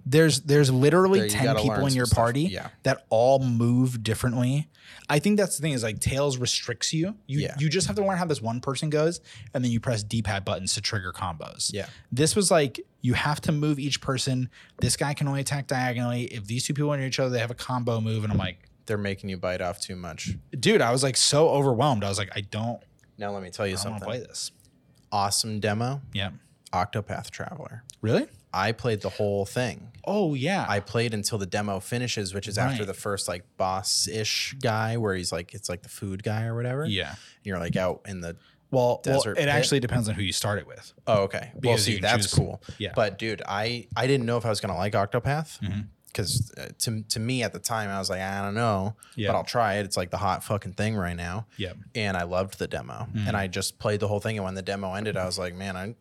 S2: There's there's literally
S1: There, you
S2: ten
S1: gotta
S2: people
S1: learn
S2: in
S1: some
S2: your
S1: stuff.
S2: party
S1: Yeah.
S2: that all move differently. I think that's the thing is like Tails restricts you. You
S1: Yeah.
S2: you just have to learn how this one person goes, and then you press D pad buttons to trigger combos.
S1: yeah,
S2: This was like you have to move each person. This guy can only attack diagonally. If these two people are near each other, they have a combo move, and I'm like,
S1: they're making you bite off too much.
S2: dude, I was like so overwhelmed. I was like, I don't,
S1: Now, let me tell you
S2: I don't want to play
S1: something.
S2: this.
S1: Awesome demo
S2: Yeah.
S1: Octopath Traveler.
S2: Really?
S1: I played the whole thing.
S2: Oh yeah.
S1: I played until the demo finishes, which is after
S2: Right.
S1: the first like boss ish guy where he's like, it's like the food guy or whatever.
S2: yeah.
S1: And you're like out in the
S2: Well, well,
S1: Desert
S2: it
S1: Pit.
S2: actually depends on who you start it with.
S1: Oh, okay. well,
S2: Because you
S1: see,
S2: can
S1: that's
S2: choose-
S1: cool.
S2: yeah.
S1: But dude, I I didn't know if I was gonna like Octopath
S2: Mhm.
S1: because uh, to to me at the time I was like I don't know,
S2: Yeah.
S1: but I'll try it. It's like the hot fucking thing right now.
S2: Yep.
S1: And I loved the demo, and
S2: Mm.
S1: I just played the whole thing. And when the demo ended, I was like, man, I.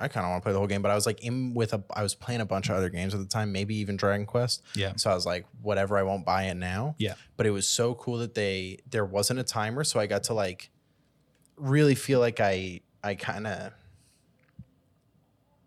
S1: I kind of want to play the whole game, but I was like in with a. I was playing a bunch of other games at the time, maybe even Dragon Quest.
S2: Yeah.
S1: So I was like, whatever, I won't buy it now.
S2: Yeah.
S1: But it was so cool that they there wasn't a timer, so I got to like really feel like I I kind of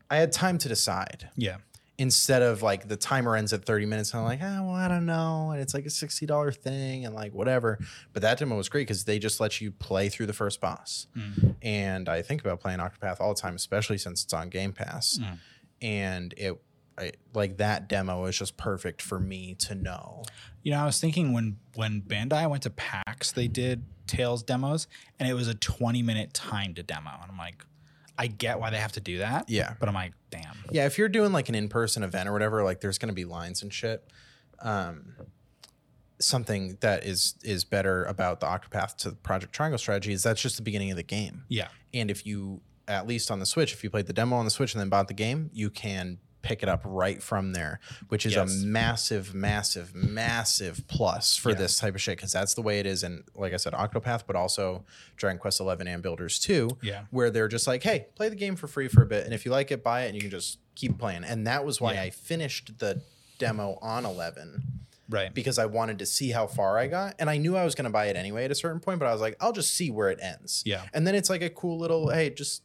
S1: I had time to decide
S2: Yeah.
S1: instead of like the timer ends at 30 minutes and I'm like, ah, well, I don't know. And it's like a $60 thing and like whatever. But that demo was great because they just let you play through the first boss.
S2: Mm.
S1: And I think about playing Octopath all the time, especially since it's on Game Pass.
S2: Mm.
S1: And it I, like that demo is just perfect for me to know.
S2: You know, I was thinking when when Bandai went to PAX, they did Tails demos, and it was a 20 minute time to demo. And I'm like, I get why they have to do that.
S1: Yeah.
S2: But I'm like, damn.
S1: Yeah, if you're doing like an in-person event or whatever, like there's going to be lines and shit. Um, something that is is better about the Octopath to Project Triangle strategy is that's just the beginning of the game.
S2: Yeah.
S1: And if you, at least on the Switch, if you played the demo on the Switch and then bought the game, you can pick it up right from there, which is
S2: Yes.
S1: a massive, massive, massive plus for
S2: Yeah.
S1: this type of shit because that's the way it is. And like I said, Octopath, but also Dragon Quest Eleven and Builders Two,
S2: Yeah.
S1: where they're just like, hey, play the game for free for a bit, and if you like it, buy it, and you can just keep playing. And that was why
S2: Yeah.
S1: I finished the demo on Eleven
S2: Right.
S1: because I wanted to see how far I got. And I knew I was going to buy it anyway at a certain point, but I was like, I'll just see where it ends.
S2: Yeah.
S1: And then it's like a cool little, hey, just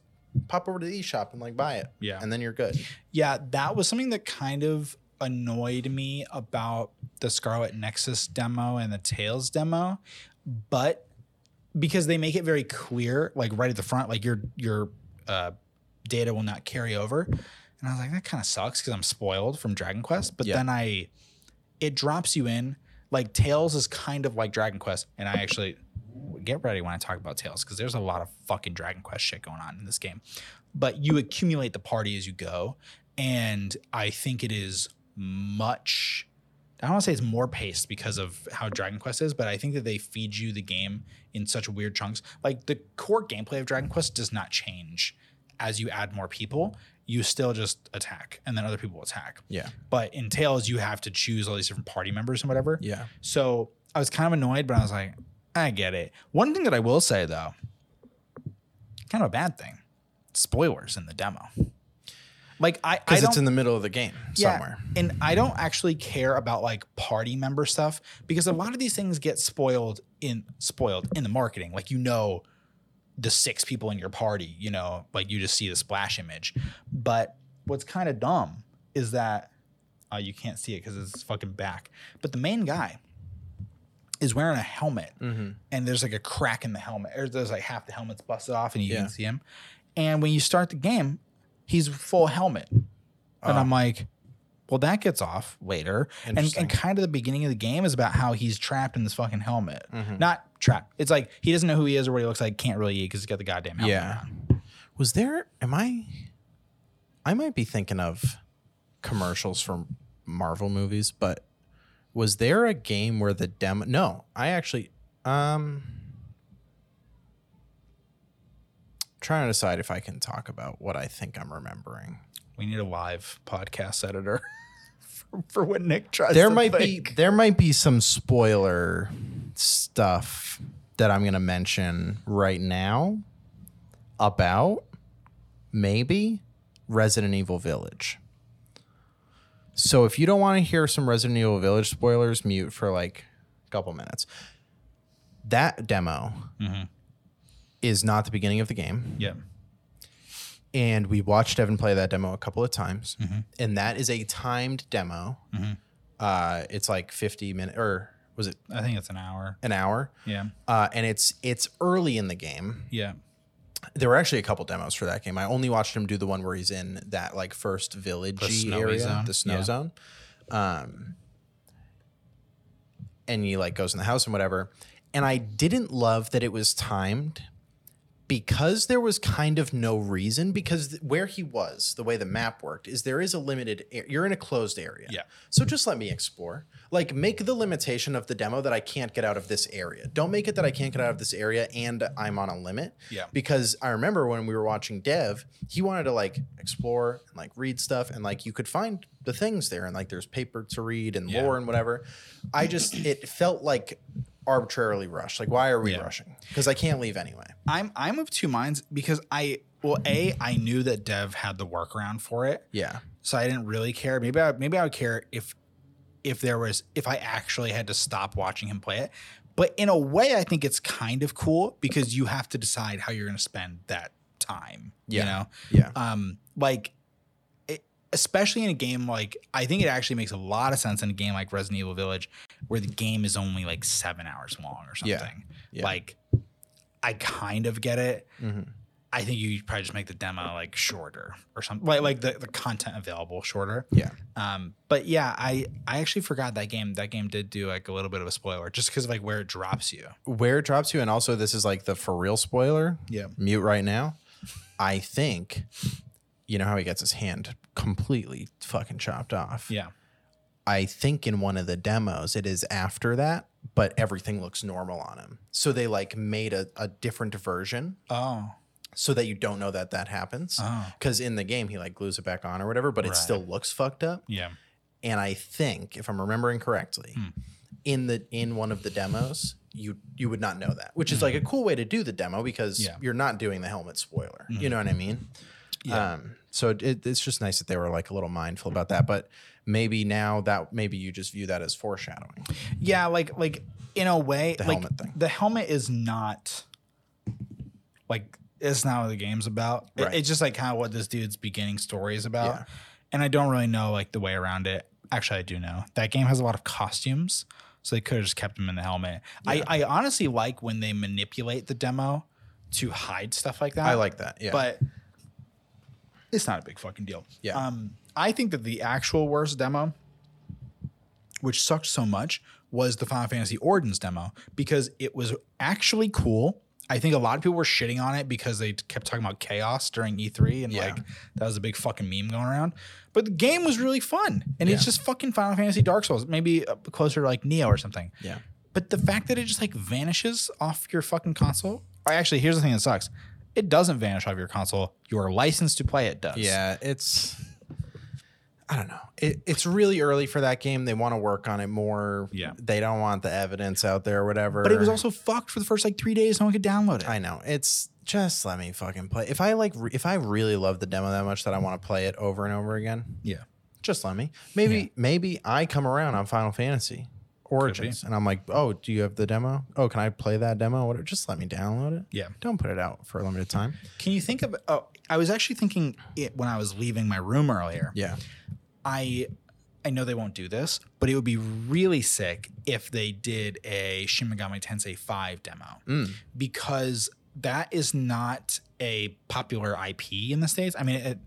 S1: pop over to the eShop and like buy it.
S2: Yeah.
S1: And then you're good.
S2: Yeah, that was something that kind of annoyed me about the Scarlet Nexus demo and the Tails demo, but because they make it very clear, like right at the front, like your your uh, data will not carry over, and I was like, that kind of sucks because I'm spoiled from Dragon Quest. But
S1: Yeah.
S2: then I, it drops you in. Like Tails is kind of like Dragon Quest, and I actually get ready when I talk about Tails because there's a lot of fucking Dragon Quest shit going on in this game. But you accumulate the party as you go, and I think it is much. I don't want to say it's more paced because of how Dragon Quest is, but I think that they feed you the game in such weird chunks. Like the core gameplay of Dragon Quest does not change as you add more people. You still just attack, and then other people attack.
S1: Yeah.
S2: But in Tails, you have to choose all these different party members and whatever.
S1: Yeah.
S2: So I was kind of annoyed, but I was like, I get it. One thing that I will say though, kind of a bad thing, spoilers in the demo. Like I, I
S1: Because
S2: don't,
S1: it's in the middle of the game
S2: Yeah.
S1: somewhere.
S2: and I don't actually care about like party member stuff because a lot of these things get spoiled in spoiled in the marketing. Like you know, the six people in your party, you know, like you just see the splash image. But what's kind of dumb is that uh, you can't see it because it's fucking back. But the main guy is wearing a helmet
S1: Mm-hmm.
S2: and there's like a crack in the helmet, or there's like half the helmet's busted off, and you
S1: Yeah.
S2: can see him. And when you start the game, he's full helmet, and
S1: Oh.
S2: I'm like, well, that gets off later. And,
S1: Interesting.
S2: and kind of the beginning of the game is about how he's trapped in this fucking helmet.
S1: Mhm.
S2: Not trapped. It's like he doesn't know who he is or what he looks like. Can't really eat because he's got the goddamn helmet.
S1: Yeah.
S2: on.
S1: Was there, am I, I might be thinking of commercials from Marvel movies, but was there a game where the demo, no, I actually, um, trying to decide if I can talk about what I think I'm remembering.
S2: We need a live podcast editor (laughs) for, for what Nick tries.
S1: there
S2: to
S1: might
S2: think.
S1: be there might be some spoiler stuff that I'm going to mention right now about maybe Resident Evil Village. So if you don't want to hear some Resident Evil Village spoilers, mute for like a couple minutes. That demo
S2: Mhm.
S1: is not the beginning of the game,
S2: Yeah.
S1: and we watched Evan play that demo a couple of times, and that is a timed demo. Uh, it's like 50 minutes, or was it
S2: I think it's an hour.
S1: an hour,
S2: Yeah.
S1: uh, and it's it's early in the game.
S2: Yeah.
S1: There were actually a couple demos for that game. I only watched him do the one where he's in that like first village
S2: snowy
S1: area,
S2: zone.
S1: the snow
S2: Yeah.
S1: zone, um, and he like goes in the house and whatever. And I didn't love that it was timed because there was kind of no reason because th- where he was the way the map worked is there is a limited a- you're in a closed area
S2: Yeah.
S1: so just let me explore like make the limitation of the demo that i can't get out of this area don't make it that i can't get out of this area and i'm on a limit
S2: Yeah.
S1: because i remember when we were watching dev he wanted to like explore and like read stuff and like you could find the things there and like there's paper to read and
S2: Yeah.
S1: lore and whatever i just it felt like arbitrarily rushed like why are we
S2: Yeah.
S1: rushing because i can't leave anyway
S2: I'm I'm of two minds because I well a I knew that Dev had the workaround for it,
S1: yeah
S2: so I didn't really care. Maybe I maybe I would care if if there was if I actually had to stop watching him play it. But in a way, I think it's kind of cool because you have to decide how you're going to spend that time.
S1: Yeah.
S2: You know,
S1: yeah
S2: um, like it, especially in a game like I think it actually makes a lot of sense in a game like Resident Evil Village where the game is only like seven hours long or something.
S1: Yeah. Yeah.
S2: Like I kind of get it.
S1: mm-hmm.
S2: I I think you probably just make the demo like shorter or something, like like the, the content available shorter.
S1: Yeah.
S2: Um, but yeah, I I actually forgot that game. That game did do like a little bit of a spoiler just because of like where it drops you.
S1: Where it drops you, and also this is like the for real spoiler.
S2: Yeah.
S1: Mute right now. I think you know how he gets his hand completely fucking chopped off.
S2: Yeah.
S1: I think in one of the demos it is after that, but everything looks normal on him. So they like made a, a different version
S2: Oh.
S1: so that you don't know that that happens.
S2: Oh.
S1: Because in the game he like glues it back on or whatever, but it
S2: Right.
S1: still looks fucked up.
S2: Yeah.
S1: and I think, if I'm remembering correctly,
S2: Hmm.
S1: in the in one of the demos, you you would not know that, which is like a cool way to do the demo because
S2: Yeah.
S1: you're not doing the helmet spoiler. You
S2: Mhm.
S1: know what I mean?
S2: Yeah.
S1: Um, so it- it, it's just nice that they were like a little mindful about that, but maybe now that maybe you just view that as foreshadowing.
S2: Yeah. Like like in a way,
S1: The
S2: like
S1: helmet thing.
S2: the helmet is not like it's not what the game's about. It-
S1: Right.
S2: it's just like kind of what this dude's beginning story is about.
S1: Yeah.
S2: And I don't really know like the way around it. Actually, I do know that game has a lot of costumes, so they could have just kept him in the helmet.
S1: Yeah.
S2: I, I honestly like when they manipulate the demo to hide stuff like that.
S1: I like that. Yeah.
S2: but it's not a big fucking deal.
S1: Yeah.
S2: Um, I think that the actual worst demo, which sucked so much, was the Final Fantasy Origins demo because it was actually cool. I think a lot of people were shitting on it because they kept talking about chaos during E3 and
S1: Yeah.
S2: like that was a big fucking meme going around. But the game was really fun and
S1: Yeah.
S2: it's just fucking Final Fantasy Dark Souls, maybe uh, closer to like Neo or something.
S1: yeah.
S2: But the fact that it just like vanishes off your fucking console. Or actually, here's the thing that sucks. It doesn't vanish off your console. Your license to play it does.
S1: Yeah, it's I don't know. It, it's really early for that game. They want to work on it more.
S2: Yeah.
S1: They don't want the evidence out there or whatever.
S2: But it was also fucked for the first like three days. No one could download it.
S1: I know. It's just let me fucking play. If I like, re- if I really love the demo that much that I want to play it over and over again,
S2: yeah.
S1: just let me. Maybe,
S2: Yeah.
S1: maybe I come around on Final Fantasy Origins, and I'm like, oh, do you have the demo? Oh, can I play that demo? Whatever. Just let me download it.
S2: Yeah.
S1: Don't put it out for a limited time.
S2: Can you think of? Oh, I was actually thinking it when I was leaving my room earlier.
S1: Yeah.
S2: I I know they won't do this, but it would be really sick if they did a Shin Megami Tensei 5 demo
S1: Mm.
S2: because that is not a popular IP in the states. I mean, it,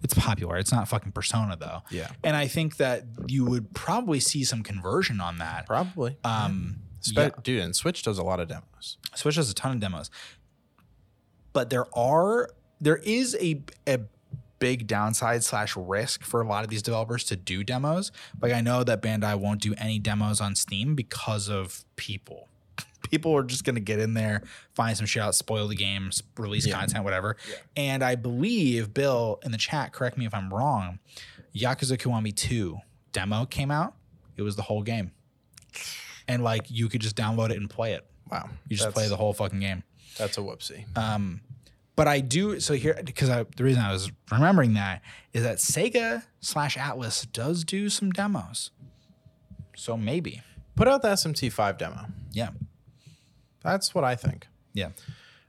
S2: it's popular. It's not fucking Persona though.
S1: Yeah.
S2: And I think that you would probably see some conversion on that.
S1: Probably.
S2: Um,
S1: Spe-
S2: yeah,
S1: Dude, and Switch does a lot of demos.
S2: Switch has a ton of demos, but there are there is a a big downside slash risk for a lot of these developers to do demos. Like I know that Bandai won't do any demos on Steam because of people. (laughs) People are just gonna get in there, find some shit out, spoil the game, s- release
S1: Yeah.
S2: content, whatever.
S1: Yeah.
S2: And I believe Bill in the chat, correct me if I'm wrong. Yakuza Kiwami 2 demo came out. It was the whole game. And like you could just download it and play it.
S1: Wow.
S2: You just
S1: That's-
S2: play the whole fucking game.
S1: That's a whoopsie.
S2: Um, but I do so here because I, the reason I was remembering that is that Sega slash Atlas does do some demos. So maybe,
S1: Put out the SMT5 demo.
S2: yeah,
S1: That's what I think.
S2: yeah,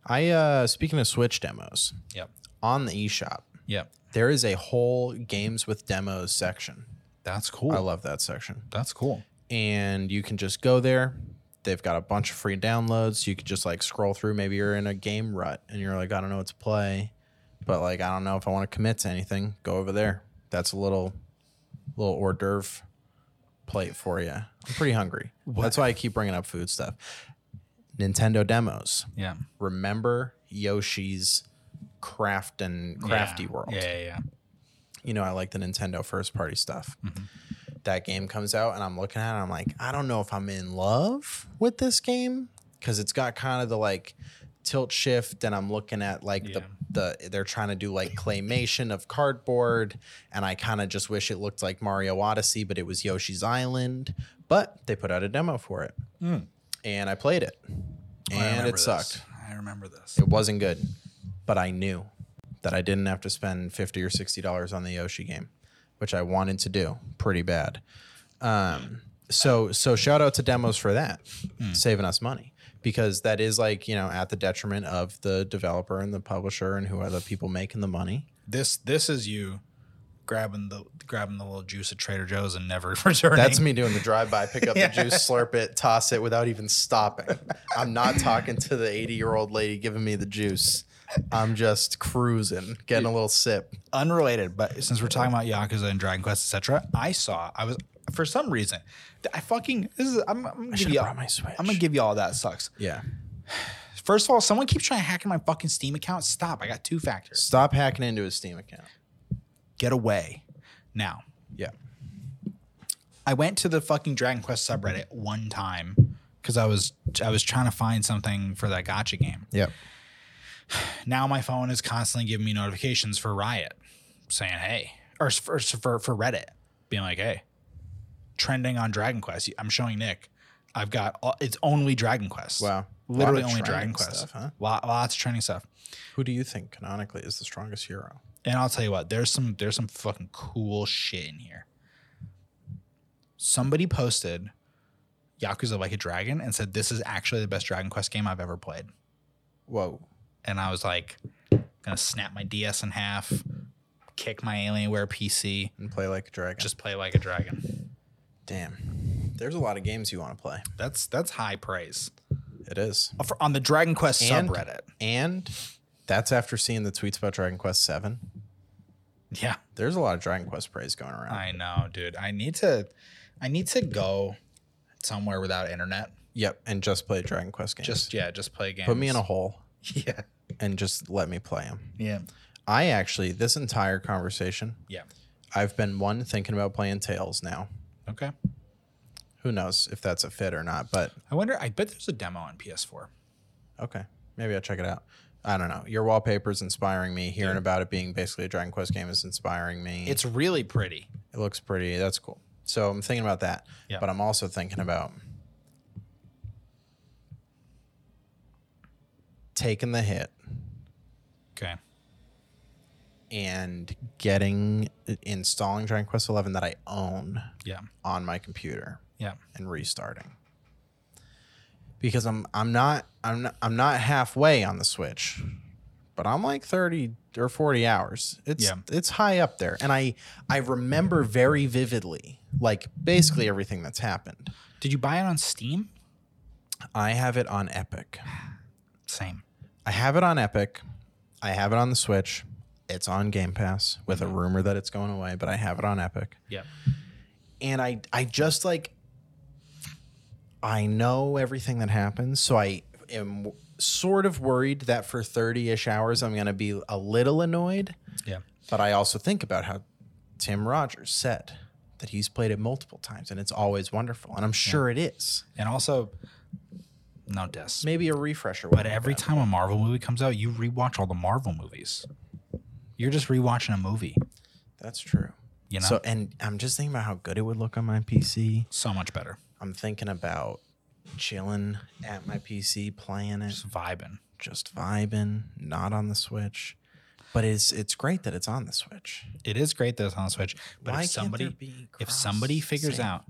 S1: I uh speaking of Switch demos,
S2: yep,
S1: on the eShop,
S2: yep.
S1: there is a whole games with demos section.
S2: That's cool.
S1: I love that section.
S2: That's cool.
S1: And you can just go there. They've got a bunch of free downloads. You could just like scroll through. Maybe you're in a game rut and you're like, I don't know what to play, but like I don't know if I want to commit to anything. Go over there. That's a little little hors d'oeuvre plate for you. I'm pretty hungry. That's why I keep bringing up food stuff. Nintendo demos.
S2: Yeah,
S1: Remember Yoshi's craft and crafty
S2: Yeah.
S1: world
S2: Yeah, yeah, yeah.
S1: you know, I like the Nintendo first party stuff.
S2: Mm-hmm.
S1: That game comes out, and I'm looking at it, and I'm like, I don't know if I'm in love with this game because it's got kind of the like tilt shift, and I'm looking at like
S2: Yeah.
S1: the the they're trying to do like claymation of cardboard, and I kind of just wish it looked like Mario Odyssey, but it was Yoshi's Island. But they put out a demo for it,
S2: Mm.
S1: and I played it,
S2: Oh, I
S1: and
S2: remember
S1: it
S2: this.
S1: sucked.
S2: I remember this.
S1: It wasn't good, but I knew that I didn't have to spend fifty or sixty dollars on the Yoshi game, which I wanted to do pretty bad. Um, so so shout out to demos for that, saving us money because that is like you know at the detriment of the developer and the publisher and who are the people making the money.
S2: This this is you grabbing the grabbing the little juice at Trader Joe's and never (laughs) returning.
S1: That's me doing the drive by, pick up
S2: Yeah.
S1: the juice, slurp it, toss it without even stopping. I'm not talking to the 80 year old lady giving me the juice. I'm just cruising, getting a little sip.
S2: unrelated, but since we're talking about Yakuza and Dragon Quest, etc., I saw I was for some reason I fucking this is I'm, I'm gonna give
S1: should've
S2: you all,
S1: brought my Switch.
S2: I'm gonna give you all that sucks.
S1: Yeah.
S2: First of all, someone keeps trying to hack in my fucking Steam account. Stop! I got two factors.
S1: Stop hacking into his Steam account.
S2: Get away now.
S1: Yeah.
S2: I went to the fucking Dragon Quest subreddit one time because I was I was trying to find something for that gotcha game.
S1: Yep.
S2: now my phone is constantly giving me notifications for Riot saying, hey, or s- for, for, for Reddit being like, hey, trending on Dragon Quest. I'm showing Nick, I've got, all, it's only Dragon Quest.
S1: Wow.
S2: Literally
S1: Lot of
S2: only
S1: trending
S2: Dragon Quest.
S1: stuff, huh?
S2: Lot, lots of trending stuff.
S1: Who do you think canonically is the strongest hero?
S2: And I'll tell you what, there's some, there's some fucking cool shit in here. Somebody posted Yakuza Like a Dragon and said, this is actually the best Dragon Quest game I've ever played.
S1: Whoa.
S2: and I was like, gonna snap my DS in half, kick my Alienware PC,
S1: And play like a dragon.
S2: just play like a dragon.
S1: damn. There's a lot of games you want to play.
S2: That's that's high praise
S1: It is.
S2: Uh, for- on the Dragon Quest
S1: And-
S2: subreddit.
S1: And that's after seeing the tweets about Dragon Quest VII.
S2: Yeah,
S1: There's a lot of Dragon Quest praise going around.
S2: I know, dude. I need to, I need to go somewhere without internet.
S1: Yep. And just play Dragon Quest games.
S2: Just yeah, just play games.
S1: put me in
S2: (laughs)
S1: a hole
S2: yeah,
S1: and just let me play them.
S2: yeah,
S1: I actually, this entire conversation,
S2: yeah.
S1: I've been one thinking about playing Tails now.
S2: Okay.
S1: Who knows if that's a fit or not, but
S2: I wonder. I bet there's a demo on PS4.
S1: okay. Maybe I'll check it out. I don't know. Your wallpaper's inspiring me. Hearing about it being basically a Dragon Quest game is inspiring me.
S2: It's really pretty.
S1: it looks pretty. That's cool. So I'm thinking about that.
S2: Yeah.
S1: But I'm also thinking about taking the hit
S2: Okay.
S1: and getting installing Dragon Quest 11 that I own
S2: Yeah.
S1: on my computer
S2: Yeah.
S1: and restarting. Because I'm I'm not I'm not, I'm not halfway on the Switch, but I'm like 30 or 40 hours. It's
S2: Yeah.
S1: it's high up there and I I remember very vividly like basically everything that's happened.
S2: Did you buy it on Steam?
S1: I have it on Epic.
S2: Same.
S1: I have it on Epic. I have it on the Switch. It's on Game Pass with a rumor that it's going away, but I have it on Epic.
S2: Yeah.
S1: and I I just like I know everything that happens, so I am sort of worried that for 30-ish hours I'm going to be a little annoyed,
S2: Yeah.
S1: but I also think about how Tim Rogers said that he's played it multiple times and it's always wonderful, and I'm sure it is.
S2: And also, no discs.
S1: Maybe a refresher. would
S2: But
S1: help
S2: every
S1: that.
S2: time a Marvel movie comes out, you rewatch all the Marvel movies. You're just rewatching a movie.
S1: that's true.
S2: You know,
S1: So
S2: so,
S1: and I'm just thinking about how good it would look on my PC.
S2: much better.
S1: I'm thinking about chilling at my PC playing it.
S2: Just vibing.
S1: just vibing, not on the Switch. But it's it's great that it's on the Switch.
S2: It is great that it's on the Switch, but
S1: Why
S2: if
S1: can't there
S2: somebody
S1: be
S2: if somebody
S1: cross
S2: figures
S1: save?
S2: out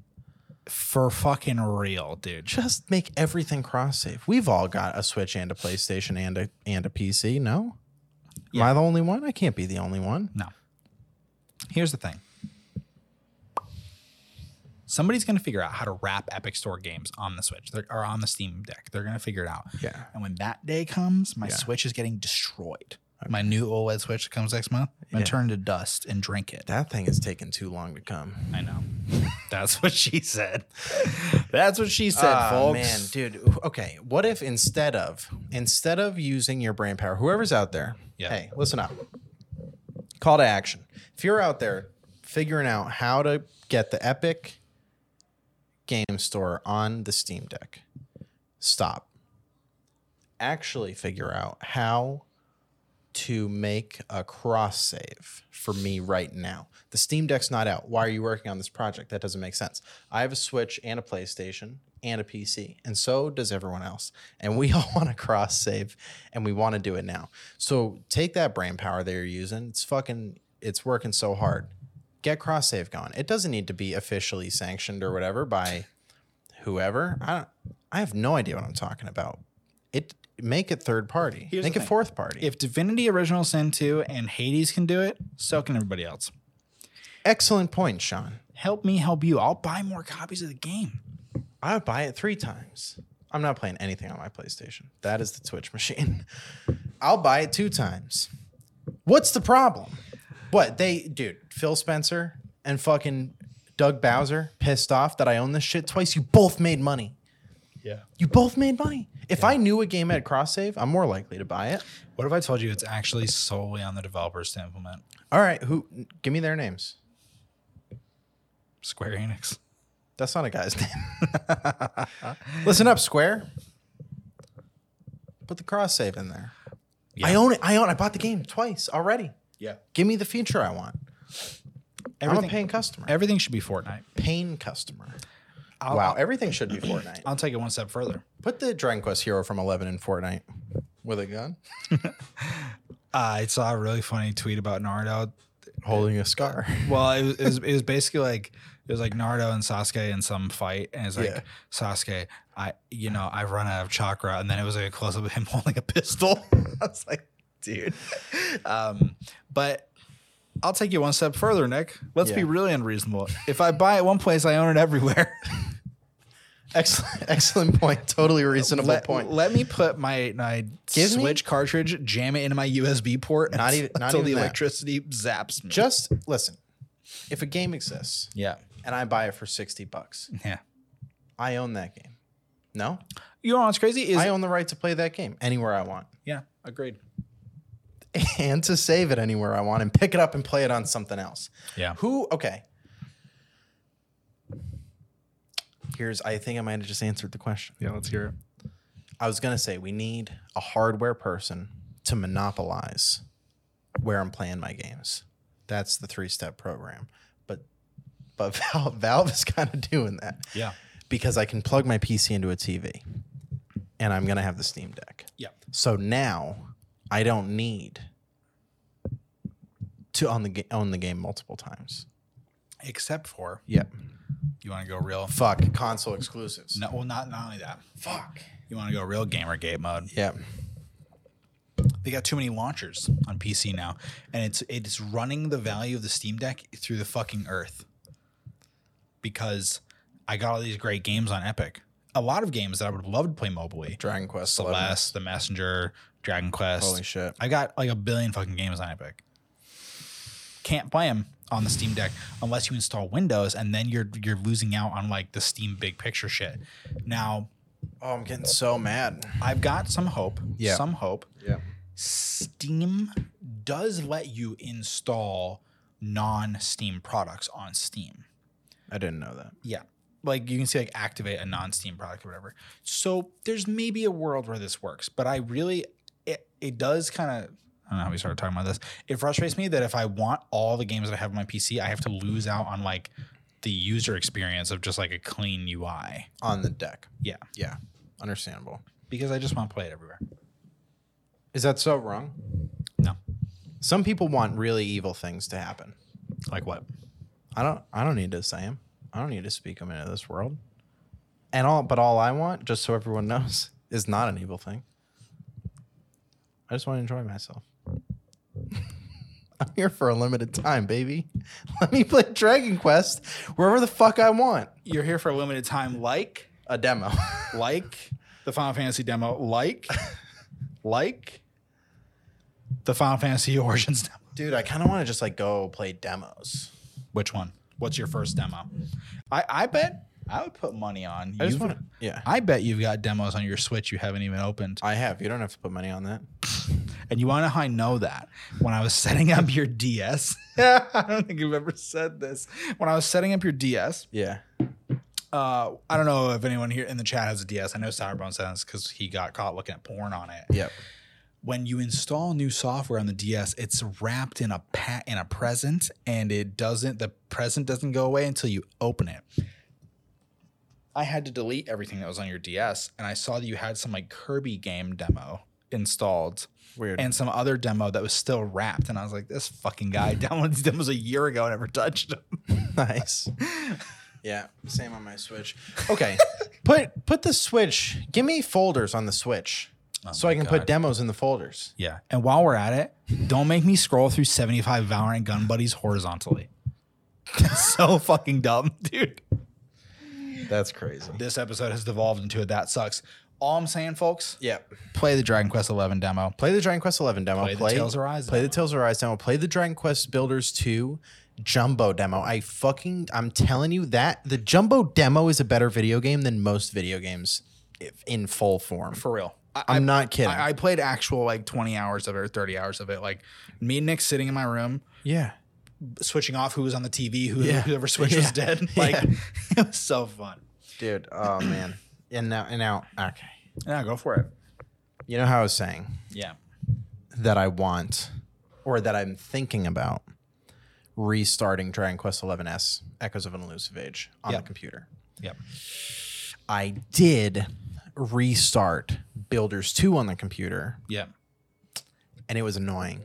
S2: for fucking real, dude,
S1: just make everything cross save. We've all got a Switch and a PlayStation and a and a PC. No, am I the only one? I can't be the only one.
S2: No. Here's the thing. Somebody's going to figure out how to wrap Epic Store games on the Switch They're, or on the Steam Deck. They're going to figure it out.
S1: Yeah.
S2: And when that day comes, my
S1: Yeah.
S2: Switch is getting destroyed. My new OLED Switch that comes next month, I'm
S1: Yeah.
S2: going to turn to dust and drink it.
S1: That thing is taking too long to come.
S2: I know. (laughs) That's what she said. That's what she said,
S1: Ah,
S2: folks.
S1: man, dude. Okay, what if instead of instead of using your brain power, whoever's out there,
S2: Yeah.
S1: hey, listen up. Call to action. If you're out there figuring out how to get the Epic Game Store on the Steam Deck, stop. Actually, figure out how to make a cross save for me right now. The Steam Deck's not out. Why are you working on this project? That doesn't make sense. I have a Switch and a PlayStation and a PC, and so does everyone else. And we (laughs) all want to cross save and we want to do it now. So take that brain power that you're using. It's fucking, it's working so hard. Get cross save going. It doesn't need to be officially sanctioned or whatever by whoever. I don't, I have no idea what I'm talking about. It make it third party.
S2: Here's the
S1: make it
S2: thing.
S1: fourth party.
S2: If Divinity Original Sin 2 and Hades can do it, so can everybody else.
S1: Excellent point, Sean.
S2: Help me help you. I'll buy more copies of the game.
S1: I would buy it three times. I'm not playing anything on my PlayStation. That is the Twitch machine. (laughs) I'll buy it two times. What's the problem? What they, dude, Phil Spencer and fucking Doug Bowser pissed off that I own this shit twice. You both made money.
S2: Yeah.
S1: You both made money. If I knew a game had cross save, I'm more likely to buy it.
S2: What if I told you it's actually solely on the developers to implement
S1: All right, who? Give me their names.
S2: Square Enix?
S1: That's not a guy's (laughs) name. Listen up, Square. Put the cross save in there. I
S2: Yeah.
S1: own it. I own. I bought the game twice already.
S2: Yeah.
S1: Give me the feature I want. I'm a
S2: Everything,
S1: paying customer.
S2: everything should be Fortnite.
S1: Paying customer.
S2: I'll,
S1: wow,
S2: I'll,
S1: everything should be (clears throat) Fortnite.
S2: I'll take it one step further.
S1: Put the Dragon Quest hero from 11 in Fortnite with a gun,
S2: Uh, I saw a really funny tweet about Naruto.
S1: holding a scar.
S2: Well, it was, it was, it was basically like it was like Naruto and Sasuke in some fight, and it's like
S1: Yeah.
S2: Sasuke, I you know I run out of chakra, and then it was like a close up of him (laughs) holding a pistol. I was like, dude. Um, but I'll take you one step further, Nick. Let's be
S1: Yeah.
S2: really unreasonable. If I buy it one place, I own it everywhere.
S1: (laughs) Excellent, excellent point. Totally reasonable
S2: let,
S1: point.
S2: let me put my, my
S1: Give me-
S2: Switch cartridge, jam it into my USB port,
S1: Not
S2: and
S1: even- not
S2: until
S1: even
S2: the
S1: that.
S2: electricity zaps me.
S1: Just listen. If a game exists
S2: yeah,
S1: and I buy it for 60 bucks,
S2: yeah.
S1: I own that game. No,
S2: You know what's crazy is
S1: I own the right to play that game anywhere I want (laughs)
S2: yeah, agreed.
S1: and to save it anywhere I want and pick it up and play it on something else.
S2: Yeah.
S1: Who? Okay. Here's, I think I might have just answered the question.
S2: Yeah, let's hear it.
S1: I was going to say we need a hardware person to monopolize where I'm playing my games. That's the three step program. But but (laughs) Valve, Valve is kind of doing that
S2: Yeah.
S1: because I can plug my PC into a TV and I'm going to have the Steam Deck.
S2: Yeah.
S1: So now I don't need to own the, ga- own the game multiple times.
S2: Except for
S1: Yep.
S2: you want to go real.
S1: Fuck. Console exclusives.
S2: No, well, not not only that.
S1: Fuck.
S2: You want to go real GamerGate mode.
S1: Yep.
S2: They got too many launchers on PC now, and it's it's running the value of the Steam Deck through the fucking earth. Because I got all these great games on Epic. A lot of games that I would love to play mobily.
S1: Dragon Quest. 11.
S2: Celeste, The Messenger, Dragon Quest.
S1: Holy shit.
S2: I got like a billion fucking games on Epic. Can't play them on the Steam Deck unless you install Windows, and then you're you're losing out on like the Steam big picture shit. Now
S1: Oh, I'm getting so mad.
S2: I've got some hope.
S1: Yeah.
S2: Some hope.
S1: Yeah.
S2: Steam does let you install non-Steam products on Steam.
S1: I didn't know that.
S2: Yeah. Like you can see like activate a non-Steam product or whatever. So there's maybe a world where this works, but I really it, it does kind of I don't know how we started talking about this. It frustrates me that if I want all the games that I have on my PC, I have to lose out on like the user experience of just like a clean UI
S1: On the deck.
S2: Yeah.
S1: Yeah. Understandable.
S2: because I just want to play it everywhere.
S1: Is that so wrong?
S2: No.
S1: Some people want really evil things to happen.
S2: Like what?
S1: I don't I don't need to say them. I don't need to speak them into this world. And all but all I want, just so everyone (laughs) knows, is not an evil thing. I just want to enjoy myself. (laughs) I'm here for a limited time, baby. (laughs) Let me play Dragon Quest wherever the fuck I want.
S2: You're here for a limited time like
S1: A demo. (laughs)
S2: like the Final Fantasy demo, like like the Final Fantasy (laughs) Origins demo.
S1: Dude, I kind of want to just like go play demos.
S2: Which one? What's your first demo? I, I bet I would put money on.
S1: I just
S2: you've-
S1: want to Yeah.
S2: I bet you've got demos on your Switch you haven't even opened.
S1: I have. You don't have to put money on that.
S2: And you want to know how I know that? When I was setting up your DS, (laughs) I don't think you've ever said this. When I was setting up your DS,
S1: Yeah.
S2: uh, I don't know if anyone here in the chat has a DS. I know Cyberbone says because he got caught looking at porn on it.
S1: Yep.
S2: when you install new software on the DS, it's wrapped in a pat in a present, and it doesn't the present doesn't go away until you open it. I had to delete everything that was on your DS, and I saw that you had some like Kirby game demo installed
S1: Weird. (laughs)
S2: and some other demo that was still wrapped, and I was like, "This fucking guy (laughs) downloaded these demos a year ago and never touched them."
S1: nice. Yeah, same on my Switch. (laughs) Okay, put put the Switch. Give me folders on the Switch, so I can put demos in the folders.
S2: Yeah, and while we're at it, don't make me scroll through seventy-five Valorant gun buddies horizontally. (laughs) That's so fucking dumb, dude.
S1: That's crazy.
S2: this episode has devolved into a that sucks. All I'm saying, folks,
S1: Yeah.
S2: play the Dragon Quest Eleven demo.
S1: Play the Dragon Quest Eleven demo.
S2: Play,
S1: Play,
S2: the Tales Arise.
S1: play the Tales of Rise demo. Play the Dragon Quest Builders Two Jumbo demo. I fucking I'm telling you that the Jumbo demo is a better video game than most video games if- in full form.
S2: for real. I,
S1: I'm not kidding.
S2: I, I played actual like 20 hours of it or 30 hours of it. Like me and Nick sitting in my room,
S1: yeah.
S2: switching off who was on the TV, who,
S1: Yeah.
S2: whoever
S1: (laughs)
S2: switch
S1: Yeah.
S2: was dead. Like (laughs)
S1: Yeah.
S2: it was so fun.
S1: Dude, oh (clears throat) man. And now and now okay.
S2: Yeah, go for it.
S1: You know how I was saying
S2: Yeah.
S1: that I want or that I'm thinking about restarting Dragon Quest Eleven S Echoes of an Elusive Age on
S2: Yep.
S1: the computer.
S2: Yep.
S1: I did restart Builders 2 on the computer
S2: Yeah.
S1: and it was annoying.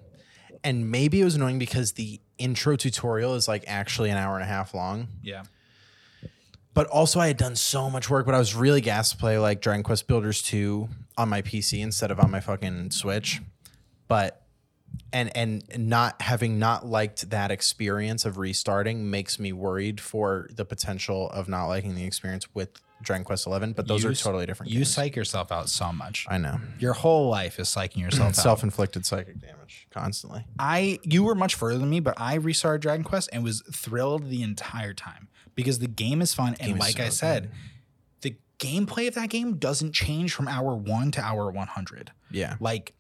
S1: And maybe it was annoying because the intro tutorial is like actually an hour and a half long.
S2: Yeah.
S1: But also, I had done so much work, but I was really gassed to play like Dragon Quest Builders 2 on my PC instead of on my fucking Switch. But and and not having not liked that experience of restarting makes me worried for the potential of not liking the experience with Dragon Quest 11. But those
S2: You
S1: are
S2: s-
S1: totally different.
S2: You
S1: games.
S2: psych yourself out so much.
S1: I know.
S2: Your whole life is
S1: (clears throat)
S2: psyching yourself out.
S1: Self-inflicted psychic damage constantly.
S2: I you were much further than me, but I restarted Dragon Quest and was thrilled the entire time because the game is fun.
S1: Game
S2: and
S1: is
S2: like
S1: so
S2: I said,
S1: good.
S2: the gameplay of that game doesn't change from hour one to hour one hundred.
S1: Yeah.
S2: Like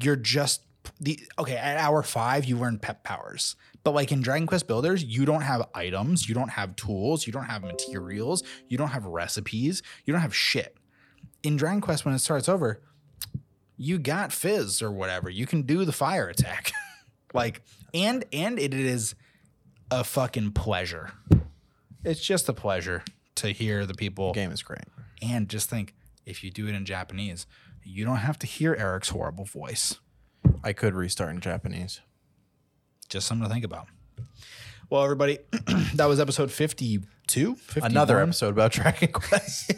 S2: you're just the okay, at hour five, you learn pet powers. But like in Dragon Quest Builders, you don't have items, you don't have tools, you don't have materials, you don't have recipes, you don't have shit. In Dragon Quest, when it starts over, you got fizz or whatever. You can do the fire attack. (laughs) like, and and it is a fucking pleasure. It's just a pleasure to hear the people
S1: game is great.
S2: and just think if you do it in Japanese, you don't have to hear Eric's horrible voice.
S1: I could restart in Japanese.
S2: Just something to think about. Well, everybody, (clears throat) that was episode 52. 51.
S1: Another episode about (laughs) Dragon Quest.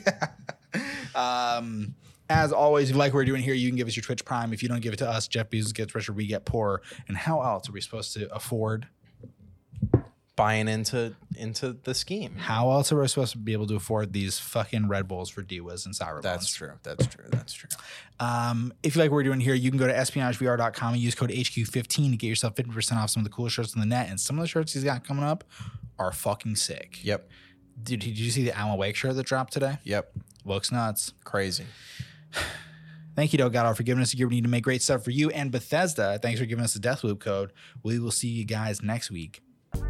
S2: Um, as always, if you like what we're doing here, you can give us your Twitch Prime. If you don't give it to us, Jeff Bezos gets richer, we get poorer. And how else are we supposed to afford?
S1: Buying into into the scheme.
S2: How else are we supposed to be able to afford these fucking Red Bulls for Diwas and Sour
S1: That's
S2: Bones?
S1: true. That's true. That's true.
S2: Um, if you like what we're doing here, you can go to espionagevr.com and use code HQ15 to get yourself 50% off some of the coolest shirts on the net. And some of the shirts he's got coming up are fucking sick.
S1: Yep.
S2: Dude, did you see the Alan Wake shirt that dropped today?
S1: Yep.
S2: Looks nuts.
S1: Crazy.
S2: Thank you to God for giving us a year we need to make great stuff for you and Bethesda. Thanks for giving us the Deathloop code. We will see you guys next week.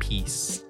S2: Peace.